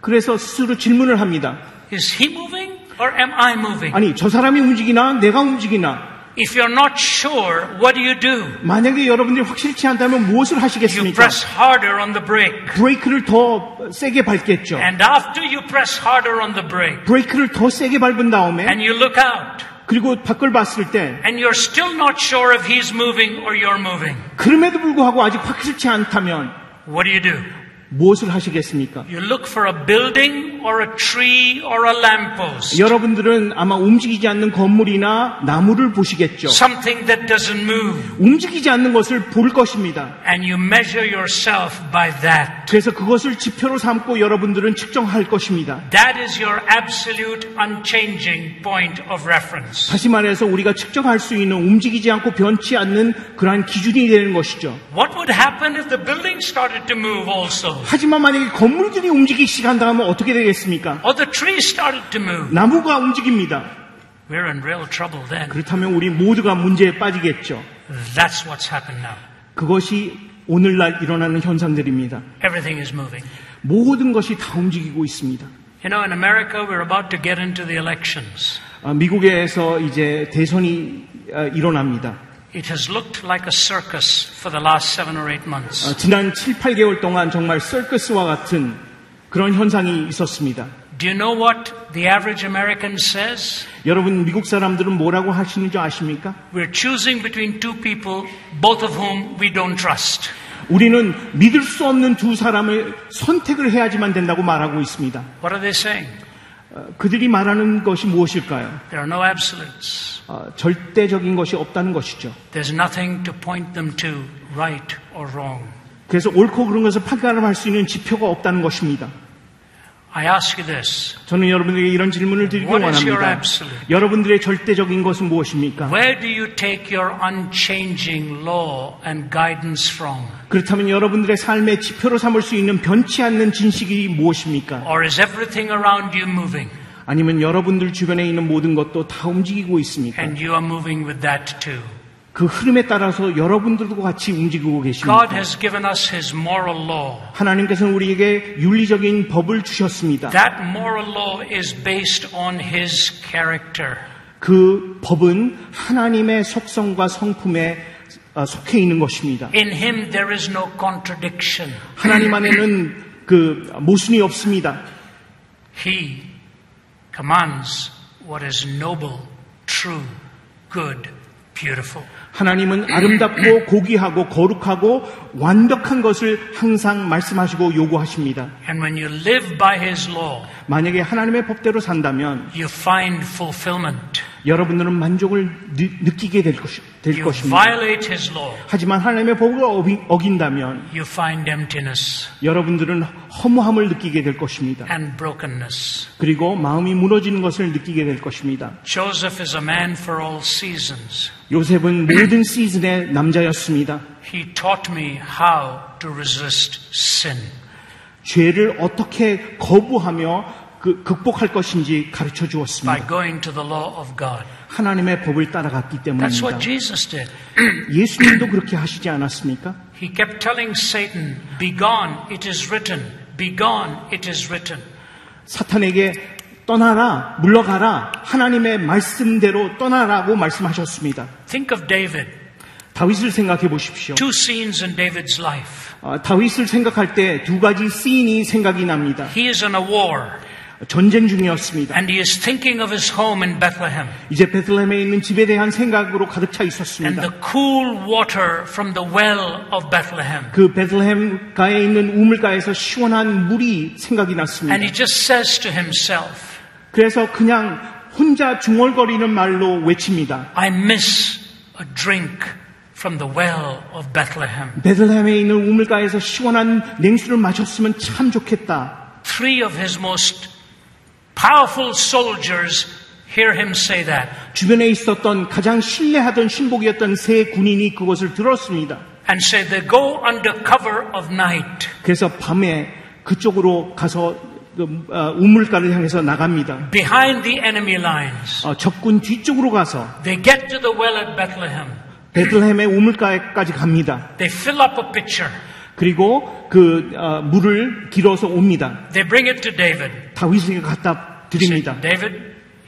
B: 그래서 스스로 질문을 합니다.
A: is he moving or am I moving?
B: 아니, 저 사람이 움직이나 내가 움직이나
A: If you're not sure, what do you do?
B: 만약에 여러분들이 확실치 않다면 무엇을
A: You
B: 하시겠습니까?
A: press harder on the brake.
B: 브레이크를 더 세게 밟겠죠.
A: And after you press harder on the brake
B: 브레이크를 더 세게 밟은 다음에
A: and you look out
B: 그리고 밖을 봤을 때
A: and you're still not sure if he's moving or you're moving,
B: 그럼에도 불구하고 아직 확실치 않다면
A: what do you do?
B: 무엇을 하시겠습니까?
A: You look for a building or a tree or a lamppost.
B: 여러분들은 아마 움직이지 않는 건물이나 나무를 보시겠죠.
A: Something that doesn't move.
B: 움직이지 않는 것을 볼 것입니다.
A: And you measure yourself by that.
B: 그래서 그것을 지표로 삼고 여러분들은 측정할 것입니다.
A: That is your absolute unchanging point of reference.
B: 다시 말해서 우리가 측정할 수 있는 움직이지 않고 변치 않는 그러한 기준이 되는 것이죠.
A: What would happen if the building started to move also?
B: 하지만 만약에 건물들이 움직이기 시작한다면 어떻게 되겠습니까?
A: Or the tree started to move?
B: 나무가 움직입니다.
A: We're in real trouble then.
B: 그렇다면 우리 모두가 문제에 빠지겠죠.
A: That's what's happened now.
B: 그것이 오늘날 일어나는 현상들입니다.
A: Everything is moving.
B: 모든 것이 다 움직이고 있습니다.
A: You know, in America, we're about to get into the elections.
B: 아, 미국에서 이제 대선이 아, 일어납니다.
A: It has looked like a circus for the last seven or eight months.
B: 아, 지난 7, 8개월 동안 정말 서커스와 같은 그런 현상이 있었습니다.
A: Do you know what the average American says?
B: 여러분 미국 사람들은 뭐라고 하시는 줄 아십니까?
A: We're choosing between two people, both of whom we don't trust.
B: 우리는 믿을 수 없는 두 사람을 선택을 해야지만 된다고 말하고 있습니다.
A: What are they saying?
B: 어, 그들이 말하는 것이 무엇일까요?
A: There are no absolutes.
B: 어, 절대적인 것이 없다는 것이죠.
A: There's nothing to point them to, right or wrong.
B: 그래서 옳고 그른 것을 판단을 할 수 있는 지표가 없다는 것입니다.
A: I ask you this
B: 저는 여러분에게 이런 질문을 드리기
A: What is your
B: 원합니다.
A: absolute?
B: 여러분들의 절대적인 것은 무엇입니까?
A: where do you take your unchanging law and guidance from?
B: 그렇다면 여러분들의 삶의 지표로 삼을 수 있는 변치 않는 진식이 무엇입니까?
A: Or is everything around you moving
B: 아니면 여러분들 주변에 있는 모든 것도 다 움직이고 있습니까?
A: and you are moving with that too?
B: 그 흐름에 따라서 여러분들도 같이 움직이고
A: God
B: 계십니까?
A: has given us His moral law.
B: 하나님께서는 우리에게 윤리적인 법을 주셨습니다.
A: That moral law is based on His character.
B: 그 법은 하나님의 속성과 성품에 어, 속해 있는 것입니다.
A: In Him there is no contradiction.
B: 하나님 안에는 그 모순이 없습니다.
A: He commands what is noble, true, good, beautiful.
B: 하나님은 아름답고 고귀하고 거룩하고 완벽한 것을 항상 말씀하시고 요구하십니다.
A: And when you live by His law,
B: 만약에 하나님의 법대로 산다면
A: you find fulfillment.
B: 여러분들은 만족을 느, 느끼게 될, 것이, 될
A: You
B: 것입니다.
A: violate His law,
B: 하지만 하나님의 법을 어기- 어긴다면
A: you find emptiness
B: 여러분들은 허무함을 느끼게 될 것입니다.
A: and brokenness.
B: 그리고 마음이 무너지는 것을 느끼게 될 것입니다.
A: Joseph is a man for all seasons.
B: 요셉은 모든 시즌의 남자였습니다.
A: He taught me how to resist sin.
B: 죄를 어떻게 거부하며 그- 극복할 것인지 가르쳐
A: by
B: 주었습니다.
A: going to the law of God.
B: 하나님의 법을 따라갔기
A: That's
B: 때문입니다.
A: what Jesus did.
B: 예수님도 그렇게 하시지 않았습니까?
A: He kept telling Satan, Begone, it is written. Begone, it is written.
B: 사탄에게 떠나라, 물러가라, 하나님의 말씀대로 떠나라고 말씀하셨습니다.
A: Think of David.
B: 다윗을 생각해 보십시오.
A: Two scenes in David's life.
B: 아, 다윗을 생각할 때 두 가지 씬이 생각이 납니다.
A: He is in a war,
B: 전쟁 중이었습니다.
A: and he is thinking of his home in Bethlehem
B: 이제 베들레헴에 있는 집에 대한 생각으로 가득
A: and
B: 차
A: the
B: 있었습니다.
A: cool water from the well of Bethlehem.
B: 그 베들레헴가에 있는 우물가에서 시원한 물이 생각이 났습니다.
A: And he just says to himself,
B: 그래서 그냥 혼자 중얼거리는 말로 외칩니다.
A: I miss a drink from the well of Bethlehem.
B: 베들레헴에 있는 우물가에서 시원한 냉수를 마셨으면 참 좋겠다.
A: Three of his most powerful soldiers hear him say that
B: 주변에 있었던 가장 신뢰하던 신복이었던 세 군인이 그것을 들었습니다.
A: and say they go under cover of night
B: 그래서 밤에 그쪽으로 가서 그, 어, 우물가를 향해서 나갑니다.
A: behind the enemy lines.
B: 어, 적군 뒤쪽으로 가서
A: They get to the well at Bethlehem.
B: 베들레헴의 우물가까지 갑니다.
A: They fill up a pitcher.
B: 그리고 그 어, 물을 길어서 옵니다.
A: They bring it to David.
B: 다윗에게 갖다
A: Say,
B: 드립니다.
A: David,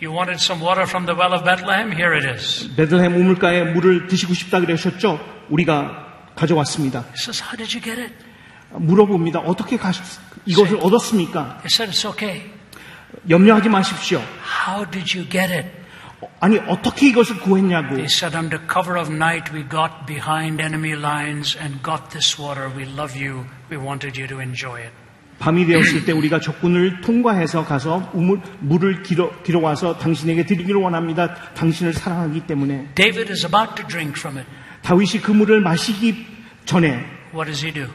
A: you wanted some water from the well of Bethlehem? Here it is.
B: 베들레헴 우물가에 물을 드시고 싶다 그러셨죠? 우리가 가져왔습니다.
A: He says, How did you get it?
B: 물어봅니다. 어떻게 가셨, 이것을 얻었습니까?
A: They said, It's okay.
B: 염려하지 마십시오.
A: How did you get it?
B: 어, 아니, 어떻게 이것을 구했냐고.
A: They said, Under cover of night, we got behind enemy lines and got this water. We love you. We wanted you to enjoy it.
B: 밤이 되었을 때 우리가 적군을 통과해서 가서 우물, 물을 길어, 길어와서 당신에게 드리기를 원합니다. 당신을 사랑하기 때문에.
A: David is about to drink from it.
B: 다윗이 그 물을 마시기 전에
A: What does he do?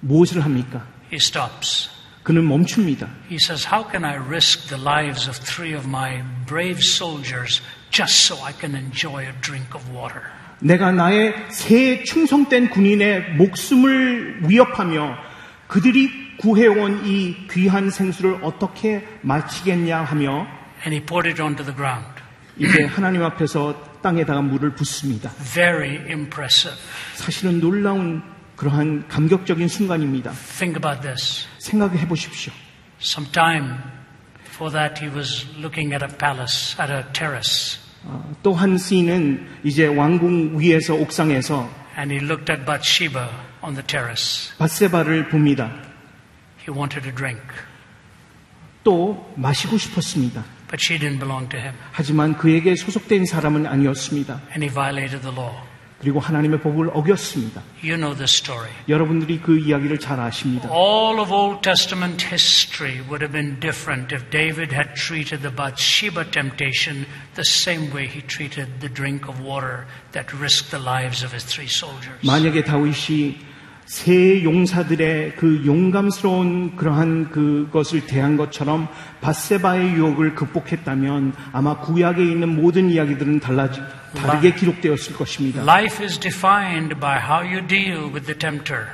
B: 무엇을 합니까?
A: He stops.
B: 그는 멈춥니다.
A: He says, How can I risk the lives of three of my brave soldiers just so I can enjoy a drink of water?
B: 내가 나의 새 충성된 군인의 목숨을 위협하며 그들이 구해온 이 귀한 생수를 어떻게 마치겠냐 하며
A: And he poured it onto the ground.
B: 이제 하나님 앞에서 땅에다가 물을 붓습니다.
A: Very impressive.
B: 사실은 놀라운 그러한 감격적인 순간입니다.
A: Think about this.
B: 생각해 보십시오.
A: Sometime before that, he was looking at a palace, at a terrace,
B: 어, 또 한 시인은 이제 왕궁 위에서 옥상에서
A: and he looked at Bathsheba on the terrace.
B: 바세바를 봅니다.
A: He wanted a drink,
B: 또 마시고 싶었습니다.
A: but she didn't belong to him,
B: 하지만 그에게 소속된 사람은 아니었습니다.
A: and he violated the law.
B: 그리고 하나님의 법을 어겼습니다.
A: You know this story.
B: 여러분들이 그 이야기를 잘 아십니다.
A: All of Old Testament history would have been different if David had treated the Bathsheba temptation the same way he treated the drink of water that risked the lives of his three soldiers.
B: 만약에 다윗이 세 용사들의 그 용감스러운 그러한 그것을 대한 것처럼 바세바의 유혹을 극복했다면 아마 구약에 있는 모든 이야기들은 달라지 다르게 기록되었을 것입니다.
A: Life is defined by how you deal with the tempter.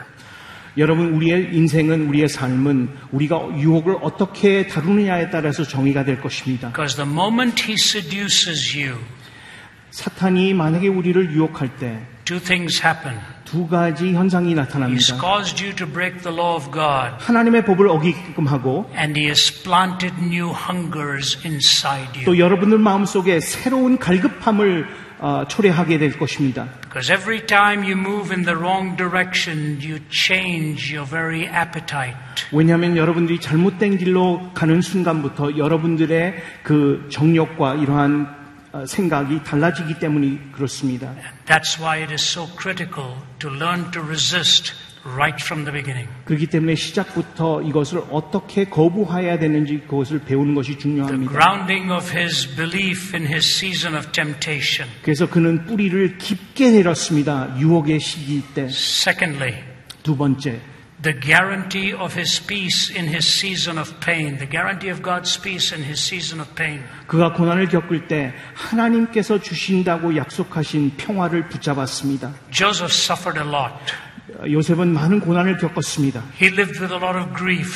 B: 여러분 우리의 인생은 우리의 삶은 우리가 유혹을 어떻게 다루느냐에 따라서 정의가 될 것입니다.
A: Because the moment he seduces you,
B: 사탄이 만약에 우리를 유혹할 때
A: two things happen.
B: 두 가지 현상이
A: He's
B: 나타납니다.
A: caused you to break the law of God,
B: 하나님의 법을 어기게끔 하고
A: and he has planted new hungers inside you.
B: 또 여러분들 마음속에 새로운 갈급함을 어, 초래하게 될 것입니다.
A: Because every time you move in the wrong direction, you change your very appetite.
B: 왜냐하면 여러분들이 잘못된 길로 가는 순간부터 여러분들의 그 정력과 이러한 어, 생각이 달라지기 때문이 그렇습니다.
A: That's why it is so critical to learn to resist right from the beginning.
B: 그렇기 때문에 시작부터 이것을 어떻게 거부해야 되는지 그것을 배우는 것이
A: The
B: 중요합니다.
A: grounding of his belief in his season of temptation.
B: 그래서 그는 뿌리를 깊게 내렸습니다. 유혹의 시기 때.
A: Secondly,
B: 두 번째,
A: the guarantee of his peace in his season of pain. The guarantee of God's peace in his season of pain.
B: 그가 고난을 겪을 때 하나님께서 주신다고 약속하신 평화를 붙잡았습니다.
A: Joseph suffered a lot.
B: 어, 요셉은 많은 고난을 겪었습니다.
A: He lived with a lot of grief.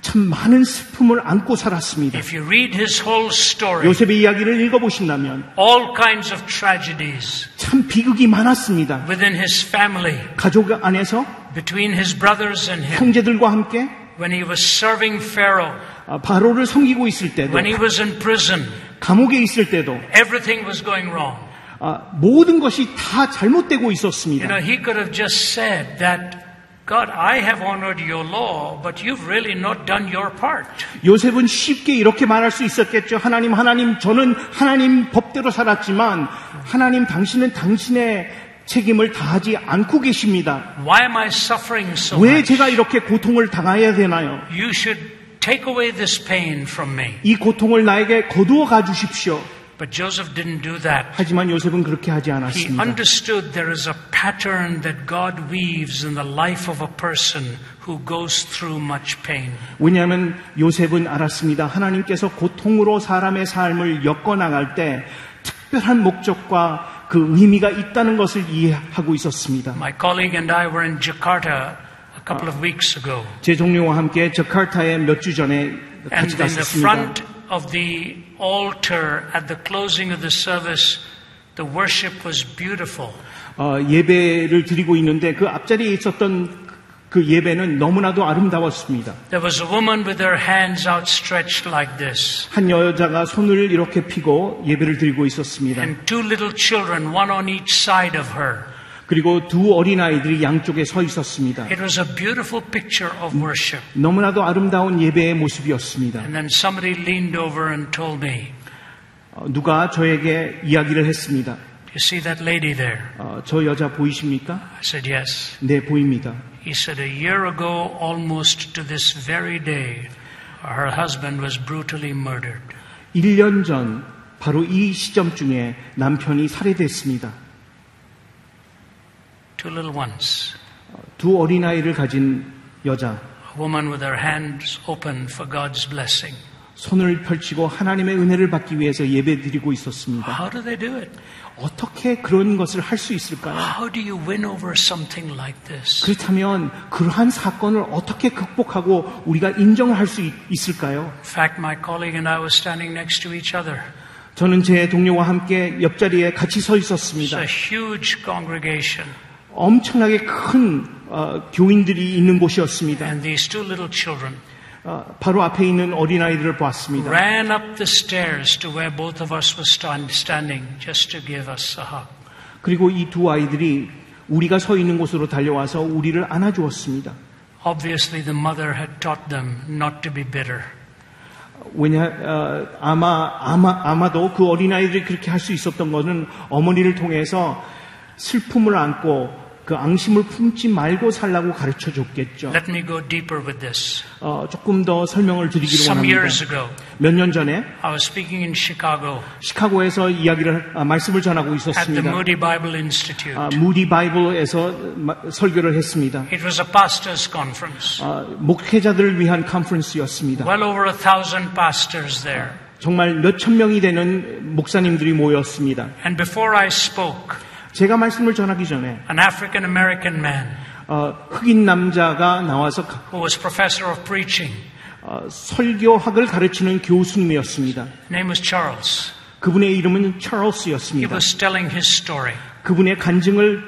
B: 참 많은 슬픔을 안고 살았습니다.
A: If you read his whole story,
B: 요셉의 이야기를 읽어보신다면
A: all kinds of tragedies
B: 참 비극이 많았습니다.
A: within his family,
B: 가족 안에서
A: between his brothers and him.
B: 형제들과 함께
A: When he was serving Pharaoh,
B: 아, 바로를 섬기고 있을 때도
A: when he was in prison,
B: 감옥에 있을 때도
A: everything was going wrong.
B: 아, 모든 것이 다 잘못되고
A: You
B: 있었습니다.
A: know, he could have just said that, God, I have honored your law, but you've really not done your part.
B: 요셉은 쉽게 이렇게 말할 수 있었겠죠. 하나님, 하나님, 저는 하나님 법대로 살았지만 하나님 당신은 당신의 책임을 다하지 않고 계십니다.
A: Why am I suffering so
B: 왜
A: much?
B: 제가 이렇게 고통을 당해야 되나요?
A: You should take away this pain from me.
B: 이 고통을 나에게 거두어 가 주십시오.
A: But Joseph didn't do that.
B: 하지만 요셉은 그렇게 하지
A: He
B: 않았습니다.
A: understood there is a pattern that God weaves in the life of a person who goes through much pain.
B: 왜냐하면 요셉은 알았습니다. 하나님께서 고통으로 사람의 삶을 엮어 나갈 때 특별한 목적과 그 의미가 있다는 것을 이해하고 있었습니다.
A: My colleague and I were in Jakarta a couple of weeks ago.
B: 제 동료와 함께 저카르타에 몇 주 전에
A: And
B: 같이
A: in the
B: 갔었습니다.
A: front of the altar at the closing of the service, the worship was beautiful.
B: 어, 예배를 드리고 있는데 그 앞자리에 있었던 그 예배는 너무나도 아름다웠습니다.
A: There was a woman with her hands outstretched like this,
B: 한 여자가 손을 이렇게 피고 예배를 드리고 있었습니다.
A: and two little children, one on each side of her.
B: 그리고 두 어린아이들이 양쪽에 서 있었습니다.
A: It was a beautiful picture of worship.
B: 너무나도 아름다운 예배의 모습이었습니다.
A: And then somebody leaned over and told me,
B: 어, 누가 저에게 이야기를 했습니다.
A: Do you see that lady there?
B: 어, 저 여자 보이십니까?
A: I said, Yes.
B: 네, 보입니다.
A: He said, A year ago, almost to this very day, her husband was brutally murdered.
B: 1년 전, 바로 이 시점쯤에 남편이 살해됐습니다.
A: Two little ones.
B: 두 어린아이를 가진 여자,
A: A woman with her hands open for God's blessing.
B: 손을 펼치고 하나님의 은혜를 받기 위해서 예배드리고 있었습니다.
A: How do they do it?
B: 어떻게 그런 것을 할 수 있을까요?
A: How do you win over something like this?
B: 그렇다면 그러한 사건을 어떻게 극복하고 우리가 인정을 할 수 있을까요?
A: In fact, my colleague and I were standing next to each other.
B: 저는 제 동료와 함께 옆자리에 같이 서
A: It's
B: 있었습니다.
A: a huge congregation,
B: 엄청나게 큰 어, 교인들이 있는 곳이었습니다.
A: and these two little children
B: 어, 바로 앞에 있는 어린아이들을 보았습니다.
A: ran up the stairs to where both of us were stand, standing just to give us a hug.
B: 그리고 이 두 아이들이 우리가 서 있는 곳으로 달려와서 우리를 안아주었습니다.
A: Obviously, the mother had taught them not to be bitter.
B: 왜냐 어, 아마 아마 아마도 그 어린 아이들이 그렇게 할 수 있었던 것은 어머니를 통해서 슬픔을 안고 그 앙심을 품지 말고 살라고 가르쳐 줬겠죠.
A: Let me go deeper with this.
B: 어, 조금 더 설명을 드리기로
A: Some
B: 합니다.
A: years ago,
B: 몇 년 전에
A: I was speaking in Chicago
B: 시카고에서 이야기를 아, 말씀을 전하고
A: at the
B: 있었습니다.
A: Moody Bible Institute.
B: 아, 무디 바이블에서 마- 설교를 했습니다.
A: It was a pastors' conference.
B: 아, 목회자들을 위한 컨퍼런스였습니다.
A: Well over a thousand pastors there.
B: 정말 몇천 명이 되는 목사님들이 모였습니다.
A: And before I spoke,
B: 제가 말씀을 전하기 전에
A: an African American man
B: 어, 흑인 남자가 나와서 가-
A: who was professor of preaching,
B: 어, 설교학을 가르치는 교수님이었습니다.
A: his name was Charles,
B: 그분의 이름은
A: he
B: 찰스였습니다.
A: was telling his story.
B: 그분의 간증을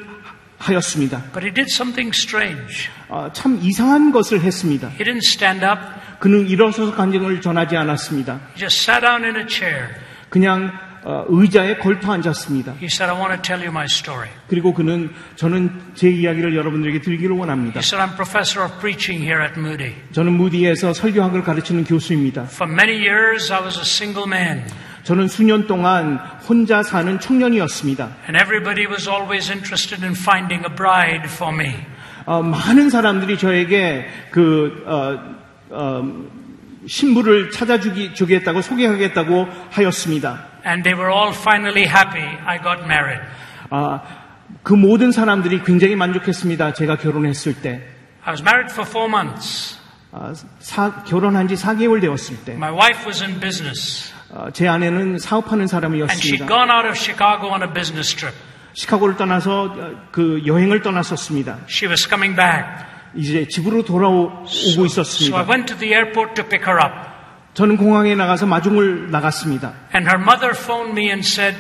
B: 하였습니다.
A: But he did something strange.
B: 어, 참 이상한 것을 했습니다.
A: He didn't stand up,
B: 그는 일어서서 간증을 전하지 않았습니다.
A: he just sat down in a chair.
B: 그냥 어, 의자에 걸터 앉았습니다.
A: He said, I want to tell you my story.
B: 그리고 그는 저는 제 이야기를 여러분들에게 드리기를 원합니다.
A: He said, I'm professor of preaching here at Moody.
B: 저는 무디에서 설교학을 가르치는 교수입니다.
A: For many years, I was a single man.
B: 저는 수년 동안 혼자 사는 청년이었습니다.
A: And everybody was always interested in finding a bride for me.
B: 어, 많은 사람들이 저에게 그 어, 어, 신부를 찾아주기 주겠다고 소개하겠다고 하였습니다.
A: And they were all finally happy I got married.
B: 아, 그 모든 사람들이 굉장히 만족했습니다. 제가 결혼했을 때.
A: I was married for four months.
B: 아, 사- 결혼한 지 4개월 되었을 때.
A: My wife was in business,
B: 어, 제 아내는 사업하는
A: and she'd
B: 사람이었습니다.
A: gone out of Chicago on a business trip.
B: 시카고를 떠나서 어, 그 여행을 떠났었습니다.
A: She was coming back.
B: 이제 집으로 돌아오고
A: So I
B: 있었습니다.
A: went to the airport to pick her up,
B: 저는 공항에 나가서 마중을 나갔습니다.
A: and her mother phoned me and said,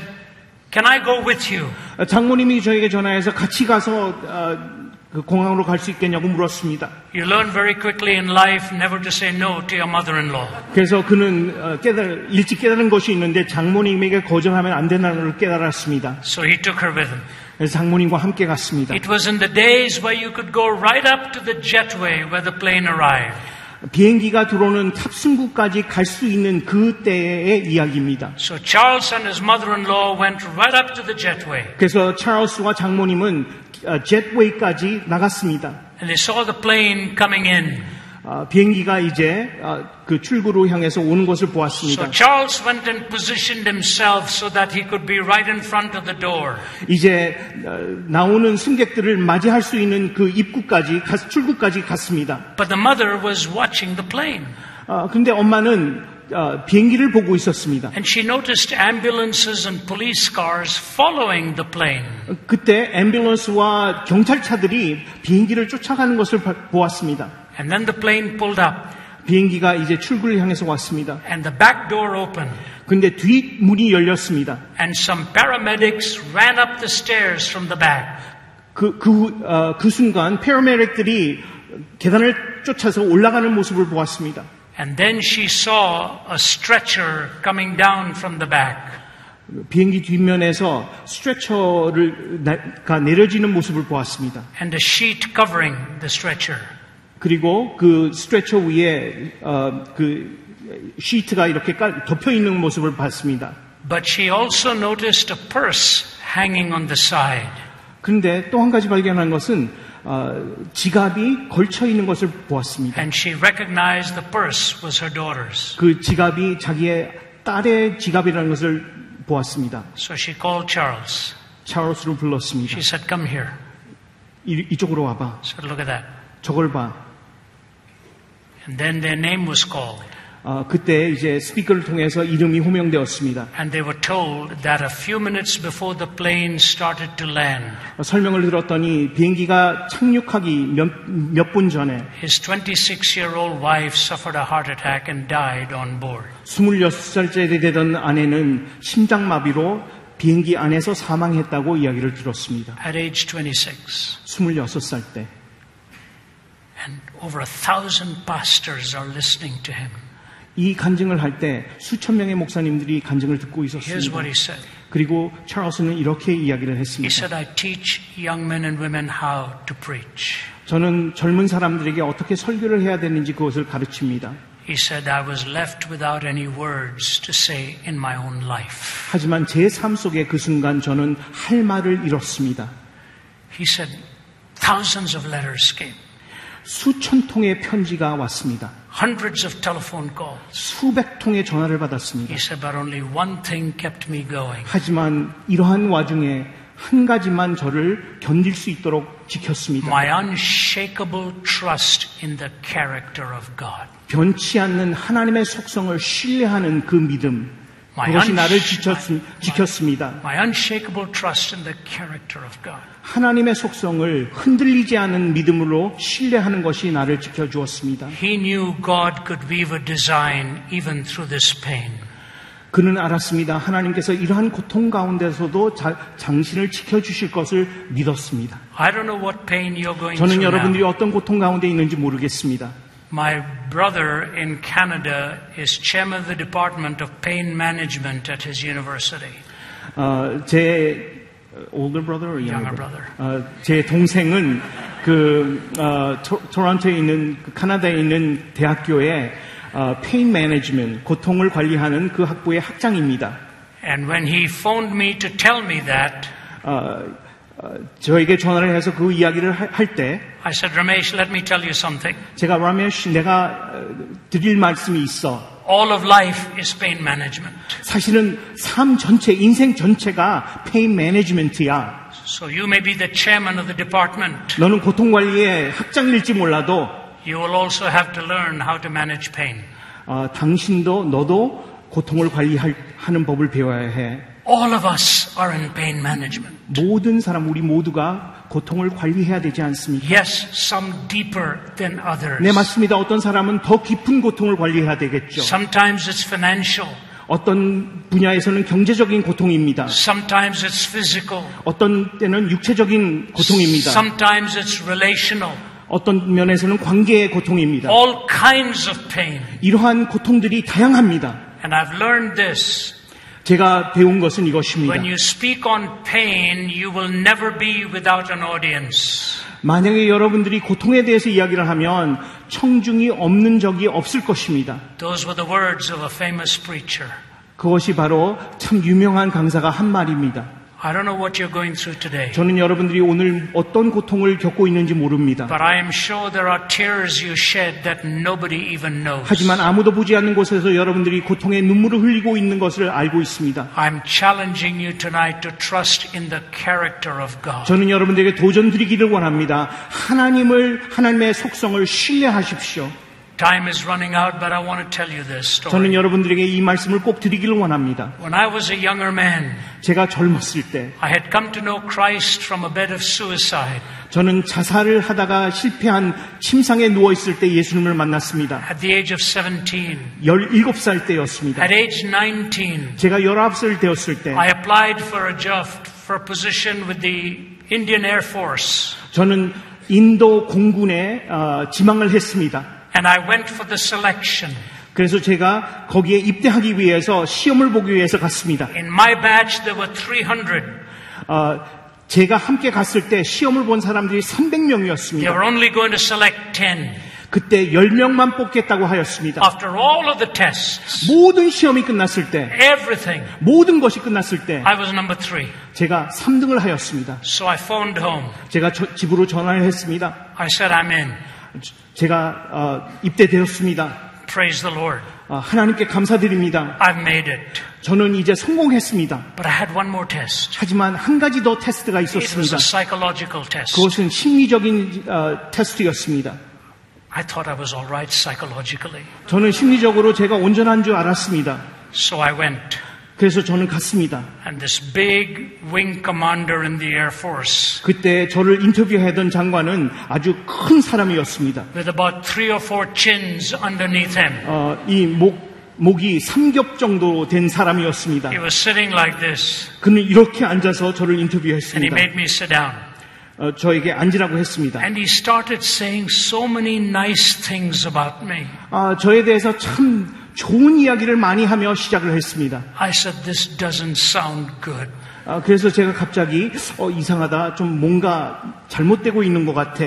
A: Can I go with you?
B: 어, 장모님이 저에게 전화해서 같이 가서 어, 그 공항으로 갈 수 있겠냐고 물었습니다.
A: You learn very quickly in life never to say no to your mother in law.
B: 그래서 그는 어, 깨달, 일찍 깨달은 것이 있는데 장모님에게 거절하면 안 된다는 걸 깨달았습니다.
A: So he took her with him.
B: 그래서 장모님과 함께 갔습니다.
A: It was in the days where you could go right up to the jetway where the plane arrived.
B: 비행기가 들어오는 탑승구까지 갈 수 있는 그 때의 이야기입니다.
A: So Charles and his mother in law went right up to the jetway
B: 그래서 찰스와 장모님은 어, jetway까지 나갔습니다.
A: and they saw the plane coming in.
B: 어, 비행기가 이제 어, 그 출구로 향해서 오는 것을
A: So
B: 보았습니다.
A: Charles went and positioned himself so that he could be right in front of the door.
B: 이제 어, 나오는 승객들을 맞이할 수 있는 그 입구까지 가- 출구까지 갔습니다.
A: But the mother was watching the plane
B: 어, 근데 엄마는 어, 비행기를 보고 있었습니다.
A: and she noticed ambulances and police cars following the plane.
B: 그때 앰뷸런스와 경찰차들이 비행기를 쫓아가는 것을 바- 보았습니다.
A: And then the plane pulled up
B: 비행기가 이제 출구를 향해서 왔습니다.
A: and the back door opened
B: 근데 뒷문이 열렸습니다.
A: and some paramedics ran up the stairs from the back.
B: 그, 그, 후- 어, 그 순간 페어메릭들이 계단을 쫓아서 올라가는 모습을 보았습니다.
A: And then she saw a stretcher coming down from the back.
B: 비행기 뒷면에서 스트레처가 내려지는 모습을 보았습니다.
A: and a sheet covering the stretcher.
B: 그리고 그 스트레처 위에 어, 그 시트가 이렇게 깔- 덮여 있는 모습을 봤습니다.
A: But she also noticed a purse hanging on the side.
B: 그런데 또 한 가지 발견한 것은 어, 지갑이 걸쳐 있는 것을 보았습니다.
A: And she recognized the purse was her daughter's.
B: 그 지갑이 자기의 딸의 지갑이라는 것을 보았습니다.
A: So she called Charles.
B: 찰스를 불렀습니다.
A: She said, Come here.
B: 이, 이쪽으로 와봐.
A: I said, Look at that.
B: 저걸 봐.
A: And then their name was called.
B: 어, 그때 이제 스피커를 통해서 이름이 호명되었습니다.
A: And they were told that a few minutes before the plane started to land,
B: 어, 설명을 들었더니 비행기가 착륙하기 몇 분 전에
A: his 26 year old wife suffered a heart attack and died on board.
B: 26살짜리 되던 아내는 심장마비로 비행기 안에서 사망했다고 이야기를 들었습니다.
A: At age 26,
B: 26살 때.
A: and over a thousand pastors are listening to him.
B: 이 간증을 할 때 수천 명의 목사님들이 간증을 듣고
A: Here's
B: 있었습니다.
A: what he said.
B: 그리고 찰스는 이렇게 이야기를
A: He
B: 했습니다.
A: said, I teach young men and women how to preach.
B: 저는 젊은 사람들에게 어떻게 설교를 해야 되는지 그것을 가르칩니다.
A: He said, I was left without any words to say in my own life.
B: 하지만 제 삶 속에 그 순간 저는 할 말을 잃었습니다.
A: He said, thousands of letters came,
B: 수천 통의 편지가 왔습니다.
A: hundreds of telephone calls.
B: 수백 통의 전화를 받았습니다.
A: He said, but only one thing kept me going.
B: 하지만 이러한 와중에 한 가지만 저를 견딜 수 있도록 지켰습니다.
A: My unshakable trust in the character of God.
B: 변치 않는 하나님의 속성을 신뢰하는 그 믿음.
A: My
B: 그것이 나를
A: unsh-
B: 지켰- 지켰습니다.
A: My unshakable trust in the character of God.
B: 하나님의 속성을 흔들리지 않은 믿음으로 신뢰하는 것이 나를 지켜주었습니다.
A: He knew God could weave a design even through this pain.
B: 그는 알았습니다. 하나님께서 이러한 고통 가운데서도 자- 당신을 지켜주실 것을 믿었습니다.
A: I don't know what pain you're going
B: 저는
A: through now.
B: 여러분들이 어떤 고통 가운데 있는지 모르겠습니다.
A: My brother in Canada is chairman of the Department of Pain Management at his university.
B: 어, 제 어, older brother or younger
A: Younger
B: brother? 어, 제 동생은 그 어, 토, 론토에 있는 그 카나다에 있는 대학교에 아, pain management, 고통을 관리하는 그 학부의 학장입니다.
A: And when he phoned me to tell me that,
B: 아, 아, 저에게 전화를 해서 그 이야기를 할 때
A: I said, Ramesh, let me tell you something.
B: 제가 라메쉬 내가 어, 드릴 말씀이 있어.
A: All of life is pain management.
B: 사실은 삶 전체, 인생 전체가 페인 매니지먼트야.
A: So you may be the chairman of the department.
B: 너는 고통관리의 학장일지 몰라도
A: You will also have to learn how to manage pain.
B: 어, 당신도 너도 고통을 관리하는 법을 배워야 해.
A: All of us are in pain management.
B: 모든 사람, 우리 모두가 고통을 관리해야 되지 않습니까?
A: Yes, some deeper than others.
B: 네, 맞습니다. 어떤 사람은 더 깊은 고통을 관리해야 되겠죠.
A: Sometimes it's financial.
B: 어떤 분야에서는 경제적인 고통입니다.
A: Sometimes it's physical.
B: 어떤 때는 육체적인 고통입니다.
A: Sometimes it's relational.
B: 어떤 면에서는 관계의 고통입니다.
A: All kinds of pain.
B: 이러한 고통들이 다양합니다.
A: And I've learned this.
B: 제가 배운 것은 이것입니다.
A: When you speak on pain, you will never be without an audience.
B: 만약에 여러분들이 고통에 대해서 이야기를 하면 청중이 없는 적이 없을 것입니다.
A: Those were the words of a famous preacher.
B: 그것이 바로 참 유명한 강사가 한 말입니다.
A: I don't know what you're going through today,
B: 저는 여러분들이 오늘 어떤 고통을 겪고 있는지 모릅니다.
A: but I am sure there are tears you shed that nobody even knows.
B: 하지만 아무도 보지 않는 곳에서 여러분들이 고통의 눈물을 흘리고 있는 것을 알고 있습니다.
A: I'm challenging you tonight to trust in the character of God.
B: 저는 여러분들에게 도전 드리기를 원합니다. 하나님을 하나님의 속성을 신뢰하십시오.
A: Time is running out, but I want to tell you this
B: 저는
A: story.
B: 여러분들에게 이 말씀을 꼭 드리기를 원합니다.
A: When I was a younger man,
B: 제가 젊었을 때
A: I had come to know Christ from a bed of suicide.
B: 저는 자살을 하다가 실패한 침상에 누워 있을 때 예수님을 만났습니다.
A: At the age of 17,
B: 17살 때였습니다.
A: at age 19,
B: 제가 19살 되었을 때
A: I applied for a job for a position with the Indian Air Force
B: 저는 인도 공군에 어, 지망을 했습니다.
A: and I went for the selection.
B: 그래서 제가 거기에 입대하기 위해서 시험을 보기 위해서 갔습니다.
A: In my batch there were 300.
B: 어, 제가 함께 갔을 때 시험을 본 사람들이
A: They
B: 300명이었습니다.
A: were only going to select 10
B: 그때 10명만 뽑겠다고 하였습니다.
A: after all of the tests,
B: 모든 시험이 끝났을 때
A: everything.
B: 모든 것이 끝났을 때
A: I was number 3.
B: 제가 3등을 하였습니다.
A: So I phoned home.
B: 제가 저- 집으로 전화를 했습니다.
A: I said I'm in.
B: 제가 어, 입대되었습니다.
A: Praise the Lord.
B: 어, 하나님께 감사드립니다.
A: I've made it.
B: 저는 이제 성공했습니다.
A: But I had one more test.
B: 하지만 한 가지 더 테스트가
A: It was
B: 있었습니다.
A: a psychological test.
B: 그것은 심리적인 어, 테스트였습니다.
A: I thought I was all right psychologically.
B: 저는 심리적으로 제가 온전한 줄 알았습니다.
A: So I went.
B: 그래서 저는 갔습니다.
A: And this big wing commander in the Air Force,
B: 그때 저를 인터뷰하던 장관은 아주 큰 사람이었습니다.
A: with about three or four chins underneath him,
B: 어, 이 목, 목이 삼겹 정도 된 사람이었습니다.
A: he was sitting like this,
B: 그는 이렇게 앉아서 저를
A: and he
B: 인터뷰했습니다.
A: made me sit down.
B: 어, 저에게 앉으라고 했습니다.
A: And he started saying so many nice things about me.
B: 아, 저에 대해서 참 좋은 이야기를 많이 하며 시작을 했습니다.
A: I said, This doesn't sound good.
B: 아, 그래서 제가 갑자기 어, 이상하다, 좀 뭔가 잘못되고 있는 것 같아.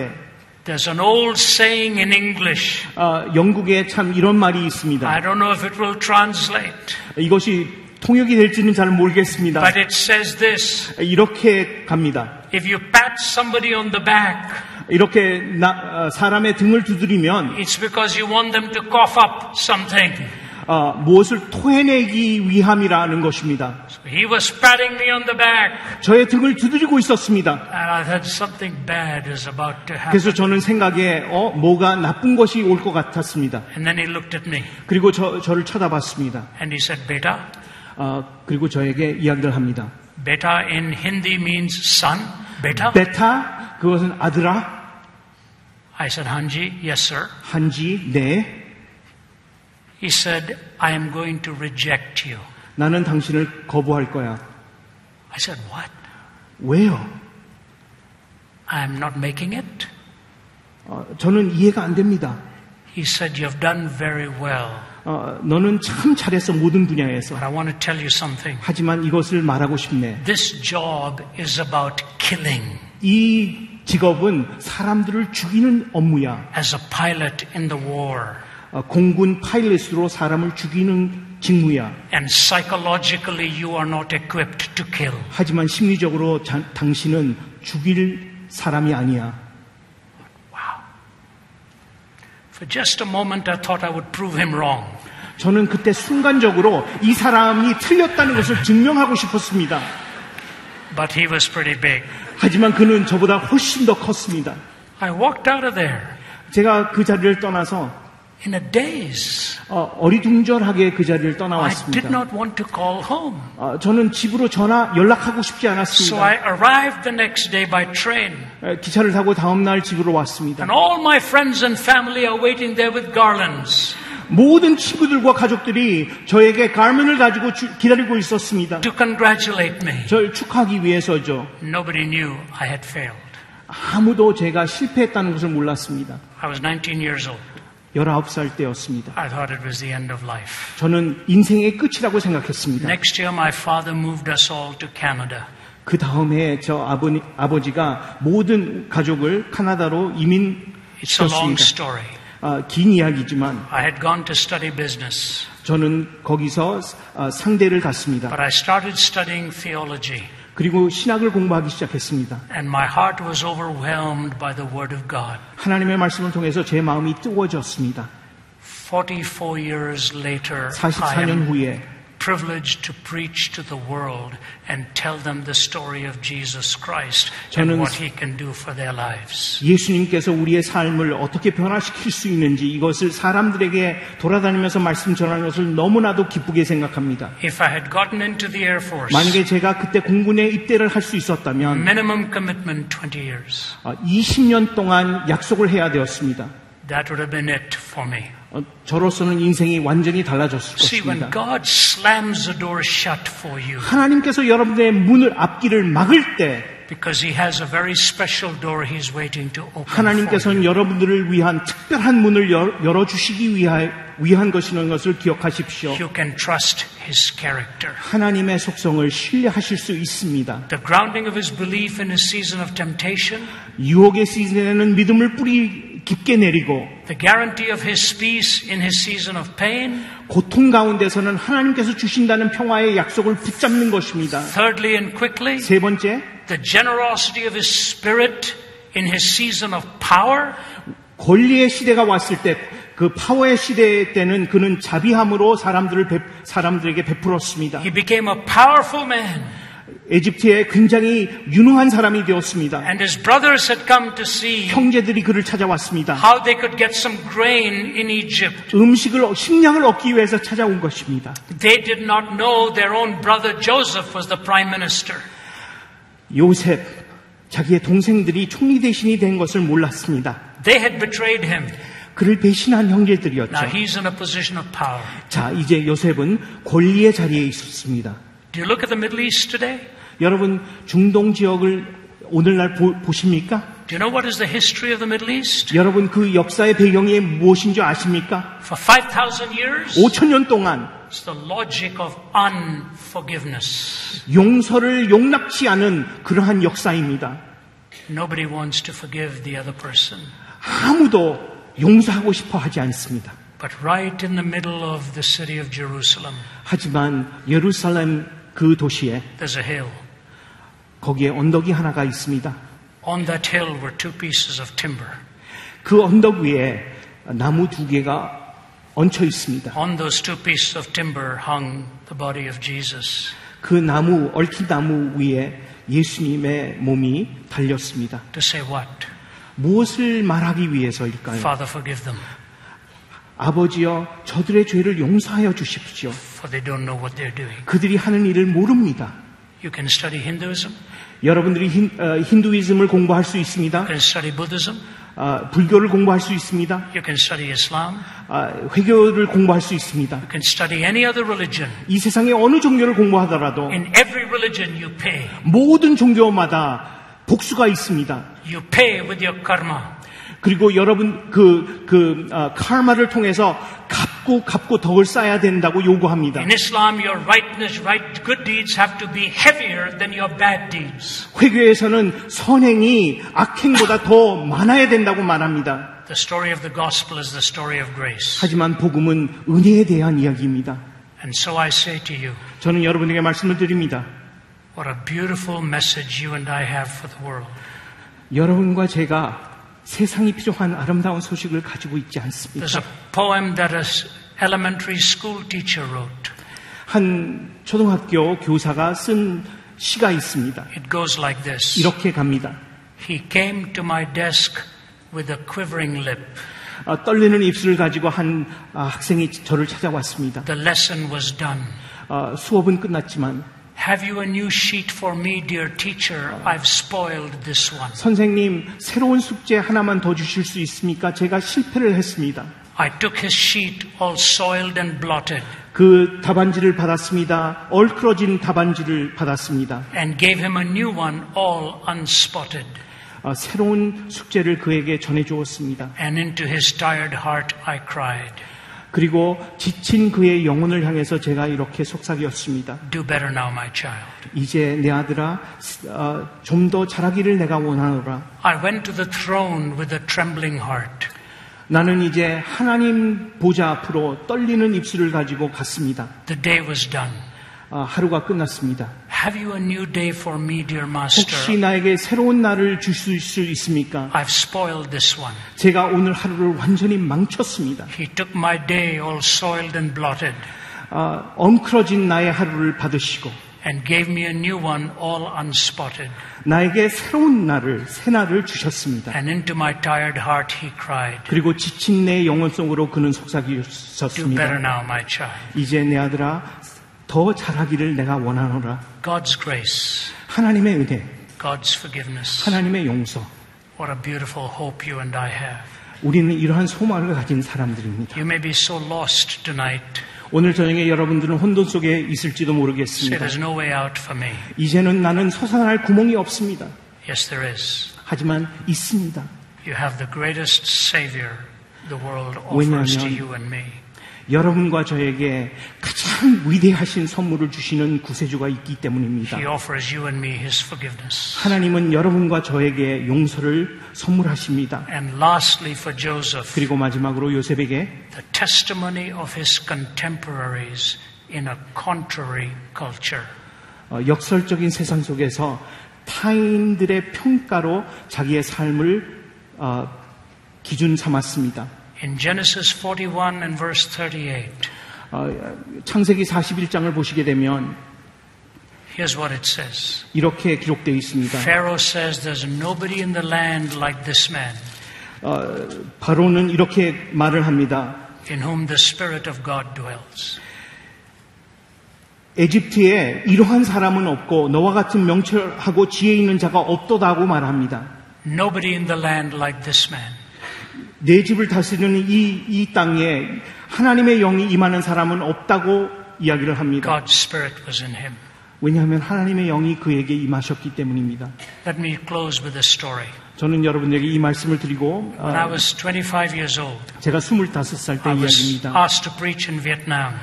A: There's an old saying in English.
B: 아, 영국에 참 이런 말이
A: I
B: 있습니다.
A: don't know if it will translate,
B: 이것이 통역이 될지는 잘 모르겠습니다.
A: but it says this
B: 이렇게 갑니다.
A: If you pat somebody on the back,
B: 이렇게 나- 아, 사람의 등을 두드리면
A: it's because you want them to cough up something.
B: 아, 무엇을 토해내기 위함이라는 것입니다.
A: He was patting me on the back,
B: 저의 등을 두드리고 있었습니다.
A: and I thought something bad is about to happen.
B: 그래서 저는 생각에 어, 뭐가 나쁜 것이 올 것 같았습니다.
A: And then he looked at me
B: 그리고 저, 저를 쳐다봤습니다.
A: and he said, Beta.
B: 아, 그리고 저에게 이야기를 합니다.
A: Beta in Hindi means son. Beta?
B: 베타 그것은 아들아
A: I said, Hanji, yes, sir.
B: 한지 네
A: He said, I am going to reject you.
B: 나는 당신을 거부할 거야.
A: I said, What?
B: 왜요?
A: I am not making it?
B: 어, 저는 이해가 안 됩니다.
A: He said, You've done very well.
B: 어, 너는 참 잘했어 모든 분야에서.
A: But I want to tell you something.
B: 하지만 이것을 말하고 싶네.
A: This job is about killing.
B: 이 직업은 사람들을 죽이는 업무야.
A: As a pilot in the war,
B: 어, 공군 파일럿으로 사람을 죽이는 직무야.
A: And psychologically, you are not equipped to kill.
B: 하지만 심리적으로 자- 당신은 죽일 사람이 아니야.
A: For just a moment, I thought I would prove him wrong.
B: 저는 그때 순간적으로 이 사람이 틀렸다는 것을 증명하고 싶었습니다.
A: But he was pretty big.
B: 하지만 그는 저보다 훨씬 더 컸습니다.
A: I walked out of there
B: 제가 그 자리를 떠나서
A: in a daze.
B: 어, 리둥절하게그
A: Oh, I
B: 자리를
A: did
B: 떠나왔습니다.
A: not want to call home.
B: 어, 저는 집으로 전화 연락하고 싶지
A: So
B: 않았습니다.
A: I arrived the next day by train,
B: 에, 기차를 타고 다음날 집으로 왔습니다.
A: and all my friends and family are waiting there with garlands
B: 모든 친구들과 가족들이 저에게 갈문을 가지고 주- 기다리고 있었습니다.
A: to congratulate me.
B: 저를 축하하기 위해서죠.
A: Nobody knew I had failed.
B: 아무도 제가 실패했다는 것을 몰랐습니다.
A: I was 19 years old.
B: 19살 때였습니다.
A: I thought it was the end of life.
B: 저는 인생의 끝이라고 생각했습니다.
A: Next year, my father moved us all to Canada.
B: 그 다음에 저 아버니, 아버지가 모든 가족을 카나다로 이민
A: It's a long
B: 시켰습니다.
A: story.
B: 아, 긴 이야기지만
A: I had gone to study business,
B: 저는 거기서 아, 상대를 갔습니다.
A: but I started studying theology,
B: 그리고 신학을 공부하기 시작했습니다.
A: and my heart was overwhelmed by the Word of God.
B: 하나님의 말씀을 통해서 제 마음이 뜨거워졌습니다.
A: 44 years later, I
B: 44년
A: am
B: 후에
A: privileged to preach to the world and tell them the story of Jesus Christ
B: 저는-
A: and what He can do for their lives.
B: 예수님께서 우리의 삶을 어떻게 변화시킬 수 있는지 이것을 사람들에게 돌아다니면서 말씀 전하는 것을 너무나도 기쁘게 생각합니다.
A: If I had gotten into the Air Force,
B: 만약에 제가 그때 공군에 입대를 할 수 있었다면
A: minimum commitment 20 years,
B: 어, 20년 동안 약속을 해야 되었습니다.
A: that would have been it for me.
B: 어, 저로서는 인생이 완전히 달라졌을
A: See, when
B: 것입니다.
A: God slams the door shut for you,
B: 하나님께서 여러분의 문을 앞길을 막을 때
A: because He has a very special door He's waiting to open. For you.
B: 하나님께서는 여러분들을 위한 특별한 문을 열- 열어주시기 위하- 위한 것이라는 것을 기억하십시오.
A: You can trust His character.
B: 하나님의 속성을 신뢰하실 수 있습니다.
A: The grounding of His belief in His season of temptation,
B: 유혹의 시즌에는 믿음을 뿌리 깊게 내리고
A: the guarantee of His peace in His season of pain,
B: 고통 가운데서는 하나님께서 주신다는 평화의 약속을 붙잡는 것입니다.
A: thirdly and quickly,
B: 세 번째,
A: the generosity of His Spirit in His season of power,
B: 권리의 시대가 왔을 때, 그 파워의 시대 때는 그는 자비함으로 사람들을 베- 사람들에게 베풀었습니다.
A: He became a powerful man.
B: 에집트에 굉장히 유능한 사람이 되었습니다.
A: And his brothers had come to see
B: 형제들이 그를 찾아왔습니다.
A: how they could get some grain in Egypt.
B: 음식을 식량을 얻기 위해서 찾아온 것입니다.
A: They did not know their own brother Joseph was the prime minister.
B: 요셉, 자기의 동생들이 총리 대신이 된 것을 몰랐습니다.
A: They had betrayed him.
B: 그를 배신한 형제들이었죠.
A: Now he's in a position of power.
B: 자, 이제 요셉은 권리의 자리에 있었습니다.
A: Do you look at the Middle East today?
B: 여러분, 중동 지역을 오늘날 보, 보십니까?
A: Do you know what is the history of the Middle East?
B: 여러분, 그 역사의 배경이 무엇인 줄 아십니까?
A: For 5,000 years,
B: 5천년 동안
A: it's the logic of unforgiveness.
B: 용서를 용납치 않은 그러한 역사입니다.
A: Nobody wants to forgive the other person.
B: 아무도 용서하고 싶어 하지 않습니다.
A: But right in the middle of the city of Jerusalem,
B: 하지만 예루살렘 그 도시에
A: there's a hill.
B: 거기에 언덕이 하나가 있습니다.
A: On that hill were two pieces of timber.
B: 그 언덕 위에 나무 두 개가 얹혀 있습니다.
A: On those two pieces of timber hung the body of Jesus.
B: 그 나무, 얽힌 나무 위에 예수님의 몸이 달렸습니다.
A: To say what?
B: 무엇을 말하기 위해서일까요?
A: Father, forgive them,
B: 아버지여, 저들의 죄를 용서하여 주십시오.
A: for they don't know what they're doing.
B: 그들이 하는 일을 모릅니다.
A: You can study Hinduism,
B: 여러분들이 힌, 어, 힌두이즘을 공부할 수 있습니다.
A: you can study Buddhism,
B: 아, 불교를 공부할 수 있습니다.
A: you can study Islam,
B: 아, 회교를 공부할 수 있습니다.
A: you can study any other religion.
B: 이 세상의 어느 종교를 공부하더라도
A: In every religion, you pay.
B: 모든 종교마다 복수가 있습니다.
A: You pay with your karma.
B: 그리고 여러분 그, 그 아, 카르마를 통해서 갚고 갚고 덕을 쌓아야 된다고 요구합니다.
A: In Islam, your rightness, right good deeds have to be heavier than your bad deeds.
B: 회교에서는 선행이 악행보다 더 많아야 된다고 말합니다.
A: The story of the gospel is the story of grace.
B: 하지만 복음은 은혜에 대한 이야기입니다.
A: And so I say to you,
B: 저는 여러분에게 말씀을 드립니다.
A: what a beautiful message you and I have for the world.
B: 여러분과 제가 세상이 필요한 아름다운 소식을 가지고 있지
A: There's
B: 않습니까?
A: a poem that an elementary school teacher wrote.
B: 한 초등학교 교사가 쓴 시가 있습니다.
A: It goes like this
B: 이렇게 갑니다.
A: He came to my desk with a quivering lip.
B: 아, 떨리는 입술을 가지고 한 아, 학생이 저를 찾아왔습니다.
A: The lesson was done.
B: 아, 수업은 끝났지만
A: Have you a new sheet for me, dear teacher? I've spoiled this one.
B: 선생님 새로운 숙제 하나만 더 주실 수 있습니까? 제가 실패를 했습니다.
A: I took his sheet, all soiled and blotted,
B: 그 답안지를 받았습니다. 얼클어진 답안지를 받았습니다.
A: and gave him a new one, all unspotted.
B: 아, 새로운 숙제를 그에게 전해주었습니다.
A: And into his tired heart I cried,
B: 그리고 지친 그의 영혼을 향해서 제가 이렇게 속삭였습니다.
A: Do better now, my child.
B: 이제 내 아들아, 어, 좀 더 잘하기를 내가 원하노라.
A: I went to the throne with a trembling heart.
B: 나는 이제 하나님 보좌 앞으로 떨리는 입술을 가지고 갔습니다.
A: The day was done.
B: 아, 하루가 끝났습니다.
A: Have you a new day for me, dear
B: 혹시
A: master?
B: 나에게 새로운 날을 주실 수 있습니까?
A: I've spoiled this one.
B: 제가 오늘 하루를 완전히 망쳤습니다.
A: He took my day, all soiled and blotted,
B: 아, 엉클어진 나의 하루를 받으시고
A: and gave me a new one, all unspotted.
B: 나에게 새로운 날을 새 날을 주셨습니다.
A: And into my tired heart he cried,
B: 그리고 지친 내 영혼 속으로 그는
A: Do better
B: 속삭이셨습니다.
A: now, my child.
B: 이제 내 아들아 더 잘하기를 내가 원하노라.
A: God's grace,
B: 하나님의 은혜,
A: God's forgiveness.
B: 하나님의 용서.
A: What a beautiful hope you and I have.
B: 우리는 이러한 소망을 가진 사람들입니다.
A: You may be so lost tonight.
B: 오늘 저녁에 여러분들은 혼돈 속에 있을지도
A: Say,
B: 모르겠습니다.
A: there's no way out for me.
B: 이제는 나는 솟아날 구멍이 없습니다.
A: Yes, there is.
B: 하지만 있습니다.
A: You have the greatest Savior the world
B: 왜냐하면-
A: offers to you and me.
B: 여러분과 저에게 가장 위대하신 선물을 주시는 구세주가 있기 때문입니다.
A: He offers you and me His forgiveness.
B: 하나님은 여러분과 저에게 용서를 선물하십니다.
A: And lastly, for Joseph,
B: 그리고 마지막으로 요셉에게
A: the testimony of his contemporaries in a contrary culture.
B: 어, 역설적인 세상 속에서 타인들의 평가로 자기의 삶을 어, 기준 삼았습니다.
A: In Genesis 41 and verse 38,
B: 어, 창세기 41장을 보시게 되면
A: here's what it says
B: 이렇게 기록되어 있습니다.
A: Pharaoh says, There's nobody in the land like this man
B: 어, 바로는 이렇게 말을 합니다.
A: in whom the Spirit of God dwells.
B: 에집트에 이러한 사람은 없고 너와 같은 명철하고 지혜 있는 자가 없도다고 말합니다.
A: Nobody in the land like this man.
B: 내 집을 다스리는 이, 이 땅에 하나님의 영이 임하는 사람은 없다고 이야기를 합니다.
A: God's Spirit was in him.
B: 왜냐하면 하나님의 영이 그에게 임하셨기 때문입니다.
A: Let me close with a story.
B: 저는 여러분에게 이 말씀을 드리고 어,
A: When I was 25 years old,
B: 제가 25살 때
A: I was
B: 이야기입니다.
A: asked to preach in Vietnam.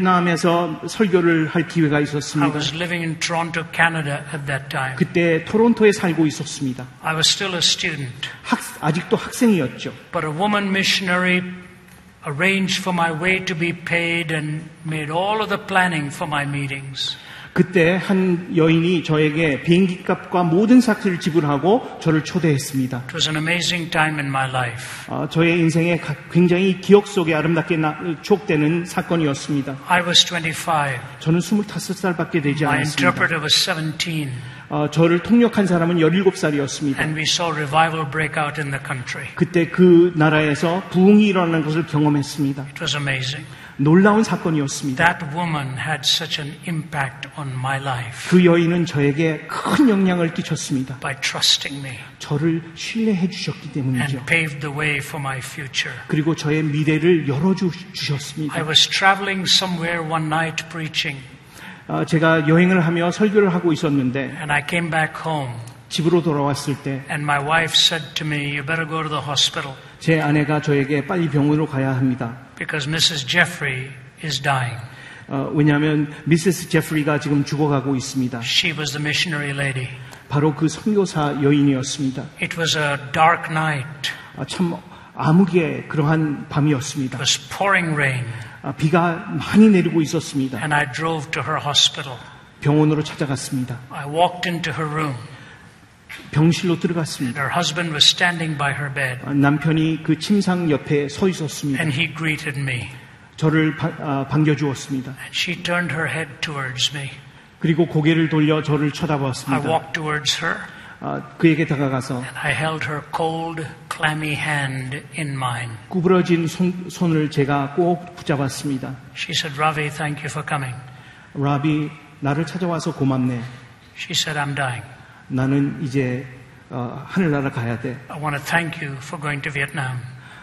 B: 베트남에서 설교를 할 기회가
A: I
B: 있었습니다.
A: was living in Toronto, Canada at that time.
B: 그때 토론토에 살고 있었습니다.
A: I was still a student,
B: 학- 아직도 학생이었죠.
A: but a woman missionary arranged for my way to be paid and made all of the planning for my meetings.
B: 그때 한 여인이 저에게 비행기 값과 모든 사태를 지불하고 저를 초대했습니다.
A: It was an amazing time in my life.
B: 어, 저의 인생에 가- 굉장히 기억 속에 아름답게 나- 추억되는 사건이었습니다.
A: I was 25.
B: 저는 25살밖에 되지
A: My
B: 않았습니다.
A: interpreter was 17,
B: 어, 저를 통역한 사람은 17살이었습니다.
A: and we saw revival break out in the country.
B: 그때 그 나라에서 부흥이 일어나는 것을 경험했습니다.
A: It was amazing.
B: 놀라운 사건이었습니다.
A: That woman had such an impact on my life
B: 그 여인은 저에게 큰 영향을 끼쳤습니다.
A: by trusting me
B: 저를 신뢰해 주셨기
A: and
B: 때문이죠.
A: paved the way for my future.
B: 그리고 저의 미래를 열어주셨습니다.
A: I was traveling somewhere one night preaching,
B: 어, 제가 여행을 하며 설교를 하고 있었는데
A: and I came back home,
B: 집으로 돌아왔을 때 제
A: and my wife said to me, You better go to the hospital
B: 아내가 저에게 빨리 병원으로 가야 합니다.
A: because Mrs. Jeffrey is dying.
B: 어, 왜냐하면 미세스 제프리가 지금 죽어가고 있습니다.
A: She was the missionary lady.
B: 바로 그 선교사 여인이었습니다.
A: It was a dark night.
B: 아, 참 암흑의 그러한 밤이었습니다.
A: It was pouring rain,
B: 아, 비가 많이 내리고 있었습니다.
A: and I drove to her hospital.
B: 병원으로 찾아갔습니다.
A: I walked into her room.
B: 병실로 들어갔습니다.
A: Her husband was standing by her bed,
B: 아, 남편이 그 침상 옆에 서 있었습니다.
A: and he greeted me.
B: 저를 바- 아, 반겨주었습니다.
A: And she turned her head towards me.
B: 그리고 고개를 돌려 저를
A: I
B: 쳐다보았습니다.
A: walked towards her,
B: 아, 그에게 다가가서
A: and I held her cold, clammy hand in mine.
B: 구부러진 손, 손을 제가 꼭 붙잡았습니다.
A: She said, Ravi, thank you for coming.
B: 라비, 나를 찾아와서 고맙네.
A: She said, I'm dying.
B: 나는 이제 어, 하늘나라 가야 돼.
A: I want to thank you for going to Vietnam,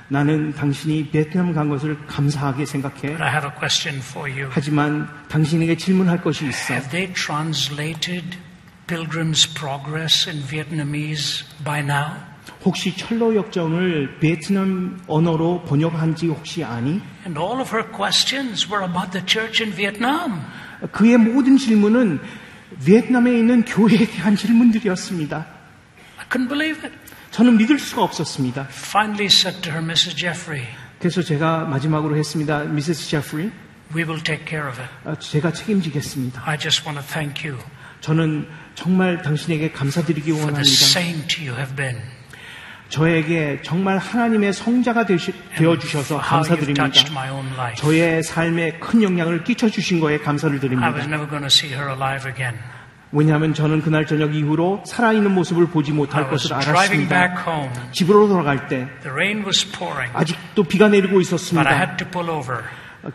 B: 나는 당신이 베트남 간 것을 감사하게 생각해.
A: but I have a question for you.
B: 하지만 당신에게 질문할 것이 있어.
A: Have they translated Pilgrim's Progress in Vietnamese by now?
B: 혹시 철로 역정을 베트남 언어로 번역한지 혹시 아니?
A: And all of her questions were about the church in Vietnam.
B: 그의 모든 질문은 베트남에 있는 교회에 대한 질문들이었습니다.
A: I couldn't believe it.
B: 저는 믿을 수가 없었습니다.
A: Finally said to her, Mrs. Jeffrey,
B: 그래서 제가 마지막으로 했습니다. 미세스 제프리,
A: we will take care of it.
B: 어, 제가 책임지겠습니다.
A: I just want to thank you
B: 저는 정말 당신에게 감사드리기
A: for the
B: 원합니다.
A: saint you have been,
B: 저에게 정말 하나님의 성자가 되시- 되어주셔서
A: for how you
B: 감사드립니다.
A: touched my own life.
B: 저의 삶에 큰 영향을 끼쳐주신 거에 감사를
A: I was
B: 드립니다.
A: never going to see her alive again.
B: 왜냐하면 저는 그날 저녁 이후로 살아있는 모습을 보지
A: I
B: 못할
A: was
B: 것을
A: driving back
B: 알았습니다.
A: home.
B: 집으로 돌아갈 때
A: The rain was pouring,
B: 아직도 비가
A: but
B: 내리고
A: I
B: 있었습니다.
A: had to pull over,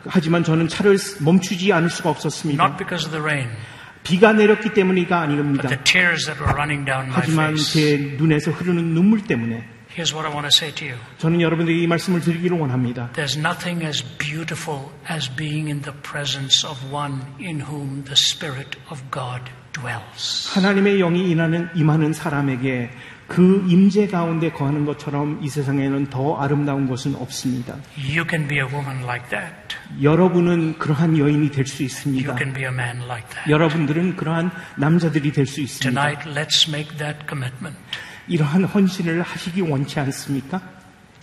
B: 하지만 저는 차를 멈추지 않을 수가
A: not
B: 없었습니다.
A: because of the rain,
B: 비가 내렸기 때문이가
A: but
B: 아닙니다.
A: the tears that were running down my
B: 하지만
A: face.
B: 제 눈에서 흐르는 눈물 때문에
A: Here's what I want to say to you
B: 저는 여러분들에게 이 말씀을 드리기를 원합니다.
A: there's nothing as beautiful as being in the presence of one in whom the Spirit of God dwells.
B: 하나님의 영이 임하는, 임하는 사람에게 그 임재 가운데 거하는 것처럼 이 세상에는 더 아름다운 것은 없습니다.
A: You can be a woman like that,
B: 여러분은 그러한 여인이 될 수
A: you
B: 있습니다.
A: can be a man like that.
B: 여러분들은 그러한 남자들이 될 수 있습니다.
A: Tonight, let's make that commitment
B: 이러한 헌신을 하시기 원치 않습니까?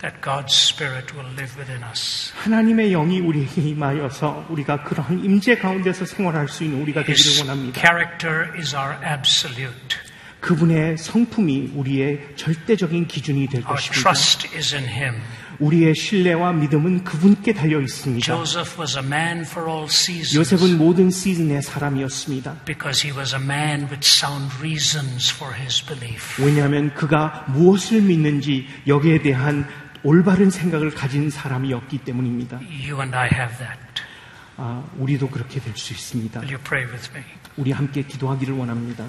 A: that God's Spirit will live within us.
B: 하나님의 영이 우리에게 임하여서 우리가 그러한 임재 가운데서 생활할 수 있는 우리가
A: His
B: 되기를 원합니다.
A: character is our absolute.
B: 그분의 성품이 우리의 절대적인 기준이 될
A: Our
B: 것입니다.
A: trust is in Him.
B: 우리의 신뢰와 믿음은 그분께 달려 있습니다.
A: Joseph was a man for all
B: 요셉은
A: seasons
B: 모든 시즌의 사람이었습니다.
A: because he was a man with sound reasons for his belief.
B: 왜냐하면 그가 무엇을 믿는지 여기에 대한 올바른 생각을 가진 사람이었기 때문입니다.
A: You and I have that.
B: 아, 우리도 그렇게 될 수 있습니다.
A: Will you pray with me?
B: 우리 함께 기도하기를 원합니다.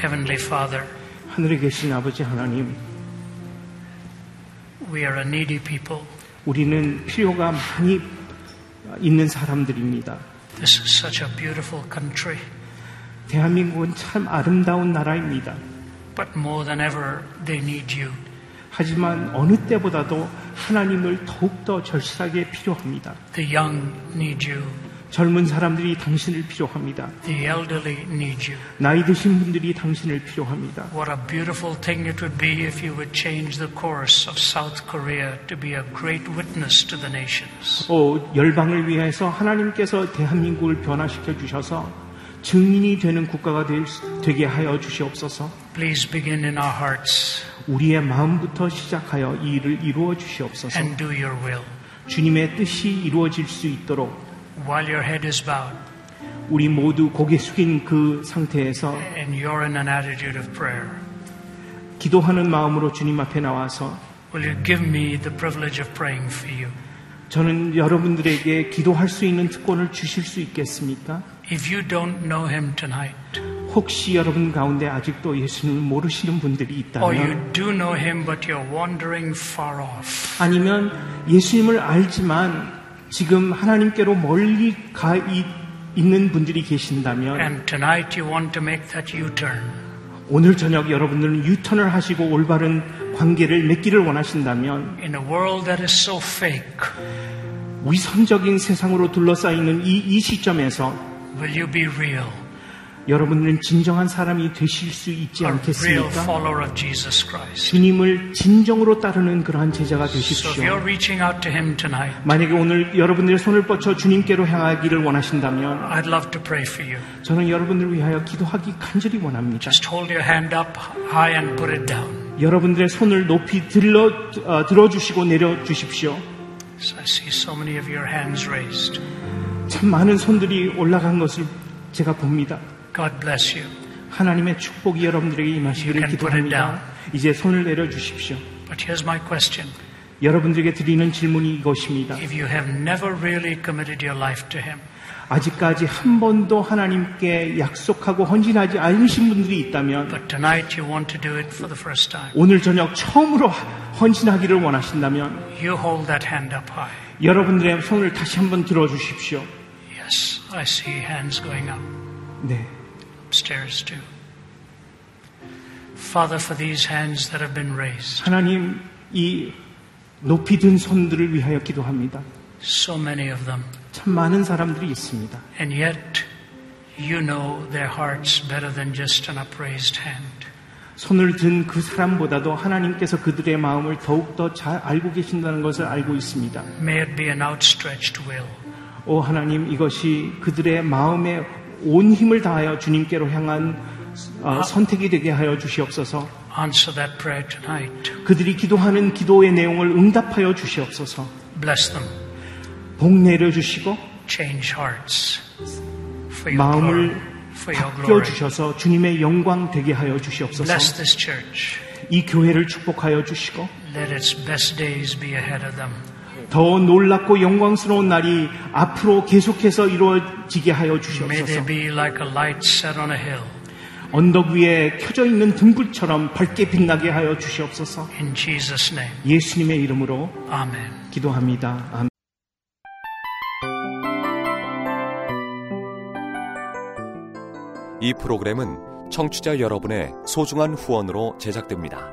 A: Heavenly Father,
B: 하늘에 계신 아버지 하나님,
A: we are a needy people.
B: 우리는 필요가 많이 있는 사람들입니다.
A: This is such a beautiful country.
B: 대한민국은 참 아름다운 나라입니다.
A: But more than ever, they need you.
B: 하지만 어느 때보다도 하나님을 더욱더 절실하게 필요합니다.
A: The young need you.
B: 젊은 사람들이 당신을 필요합니다.
A: The elderly need you.
B: 나이 드신 분들이 당신을 필요합니다.
A: What a beautiful thing it would be if you would change the course of South Korea to be a great witness to the nations.
B: 또 열방을 위해서 하나님께서 대한민국을 변화시켜 주셔서 증인이 되는 국가가 될 수- 되게 하여 주시옵소서.
A: Please begin in our hearts
B: 우리의 마음부터 시작하여 이 일을 이루어 주시옵소서.
A: and do your will.
B: 주님의 뜻이 이루어질 수 있도록
A: While your head is bowed
B: 우리 모두 고개 숙인 그 상태에서
A: and you're in an attitude of prayer,
B: 기도하는 마음으로 주님 앞에 나와서
A: will you give me the privilege of praying for you?
B: 저는 여러분들에게 기도할 수 있는 특권을 주실 수 있겠습니까?
A: If you don't know him tonight,
B: 혹시 여러분 가운데 아직도 예수님을 모르시는 분들이
A: or Oh, you
B: 있다면
A: do know him but you're wandering far off,
B: 아니면 예수님을 알지만 지금 하나님께로 멀리 가 이- 있는 분들이 계신다면
A: and tonight you want to make that U turn,
B: 오늘 저녁 여러분들은 유턴을 하시고 올바른 관계를 맺기를 원하신다면
A: in a world that is so fake,
B: 위선적인 세상으로 둘러싸이는 이, 이 시점에서
A: Will you be real?
B: 여러분은 진정한 사람이 되실 수 있지
A: A real
B: 않겠습니까?
A: follower of Jesus Christ.
B: 주님을 진정으로 따르는 그러한 제자가
A: So if you're
B: 되십시오.
A: reaching out to Him tonight,
B: 만약에 오늘 여러분들의 손을 뻗쳐 주님께로 향하기를 원하신다면
A: I'd love to pray for you.
B: 저는 여러분들을 위하여 기도하기 간절히 원합니다.
A: Just hold your hand up high and put it down.
B: 여러분들의 손을 높이 들러, 어, 들어주시고 내려주십시오.
A: So I see so many of your hands raised.
B: 참 많은 손들이 올라간 것을 제가 봅니다.
A: God bless you.
B: 하나님의 축복이 여러분들에게 임하시기를
A: You can put it down.
B: 기도합니다. 이제 손을 내려주십시오.
A: But here's my question.
B: 여러분들에게 드리는 질문이 이것입니다.
A: If you have never really committed your life to Him,
B: 아직까지 한 번도 하나님께 약속하고 헌신하지 않으신 분들이 있다면
A: but tonight you want to do it for the first time,
B: 오늘 저녁 처음으로 헌신하기를 원하신다면
A: you hold that hand up high.
B: 여러분들의 손을 다시 한번 들어주십시오.
A: Yes, I see hands going up
B: 네.
A: upstairs too. Father, for these hands that have been raised,
B: 하나님, 이 높이 든 손들을 위하여 기도합니다.
A: so many of them,
B: 참 많은 사람들이 있습니다.
A: and yet you know their hearts better than just an upraised hand.
B: 손을 든 그 사람보다도 하나님께서 그들의 마음을 더욱더 잘 알고 계신다는 것을 알고 있습니다.
A: May it be an outstretched will.
B: 오 하나님 이것이 그들의 마음에 온 힘을 다하여 주님께로 향한 어, 선택이 되게 하여 주시옵소서.
A: Answer that prayer tonight.
B: 그들이 기도하는 기도의 내용을 응답하여 주시옵소서.
A: Bless them.
B: 복 내려 주시고
A: Change hearts for your glory.
B: 마음을
A: For your
B: 바뀌어
A: glory.
B: 주셔서 주님의 영광 되게 하여
A: Bless
B: 주시옵소서.
A: this church.
B: 이 교회를 축복하여 주시고
A: Let its best days be ahead of them.
B: 더 놀랍고 영광스러운 날이 앞으로 계속해서 이루어지게 하여
A: May they
B: 주시옵소서.
A: be like a light set on a hill.
B: 언덕 위에 켜져 있는 등불처럼 밝게 빛나게 하여 주시옵소서.
A: In Jesus' name,
B: 예수님의 이름으로
A: amen.
B: 기도합니다. 아멘.
C: 이 프로그램은 청취자 여러분의 소중한 후원으로 제작됩니다.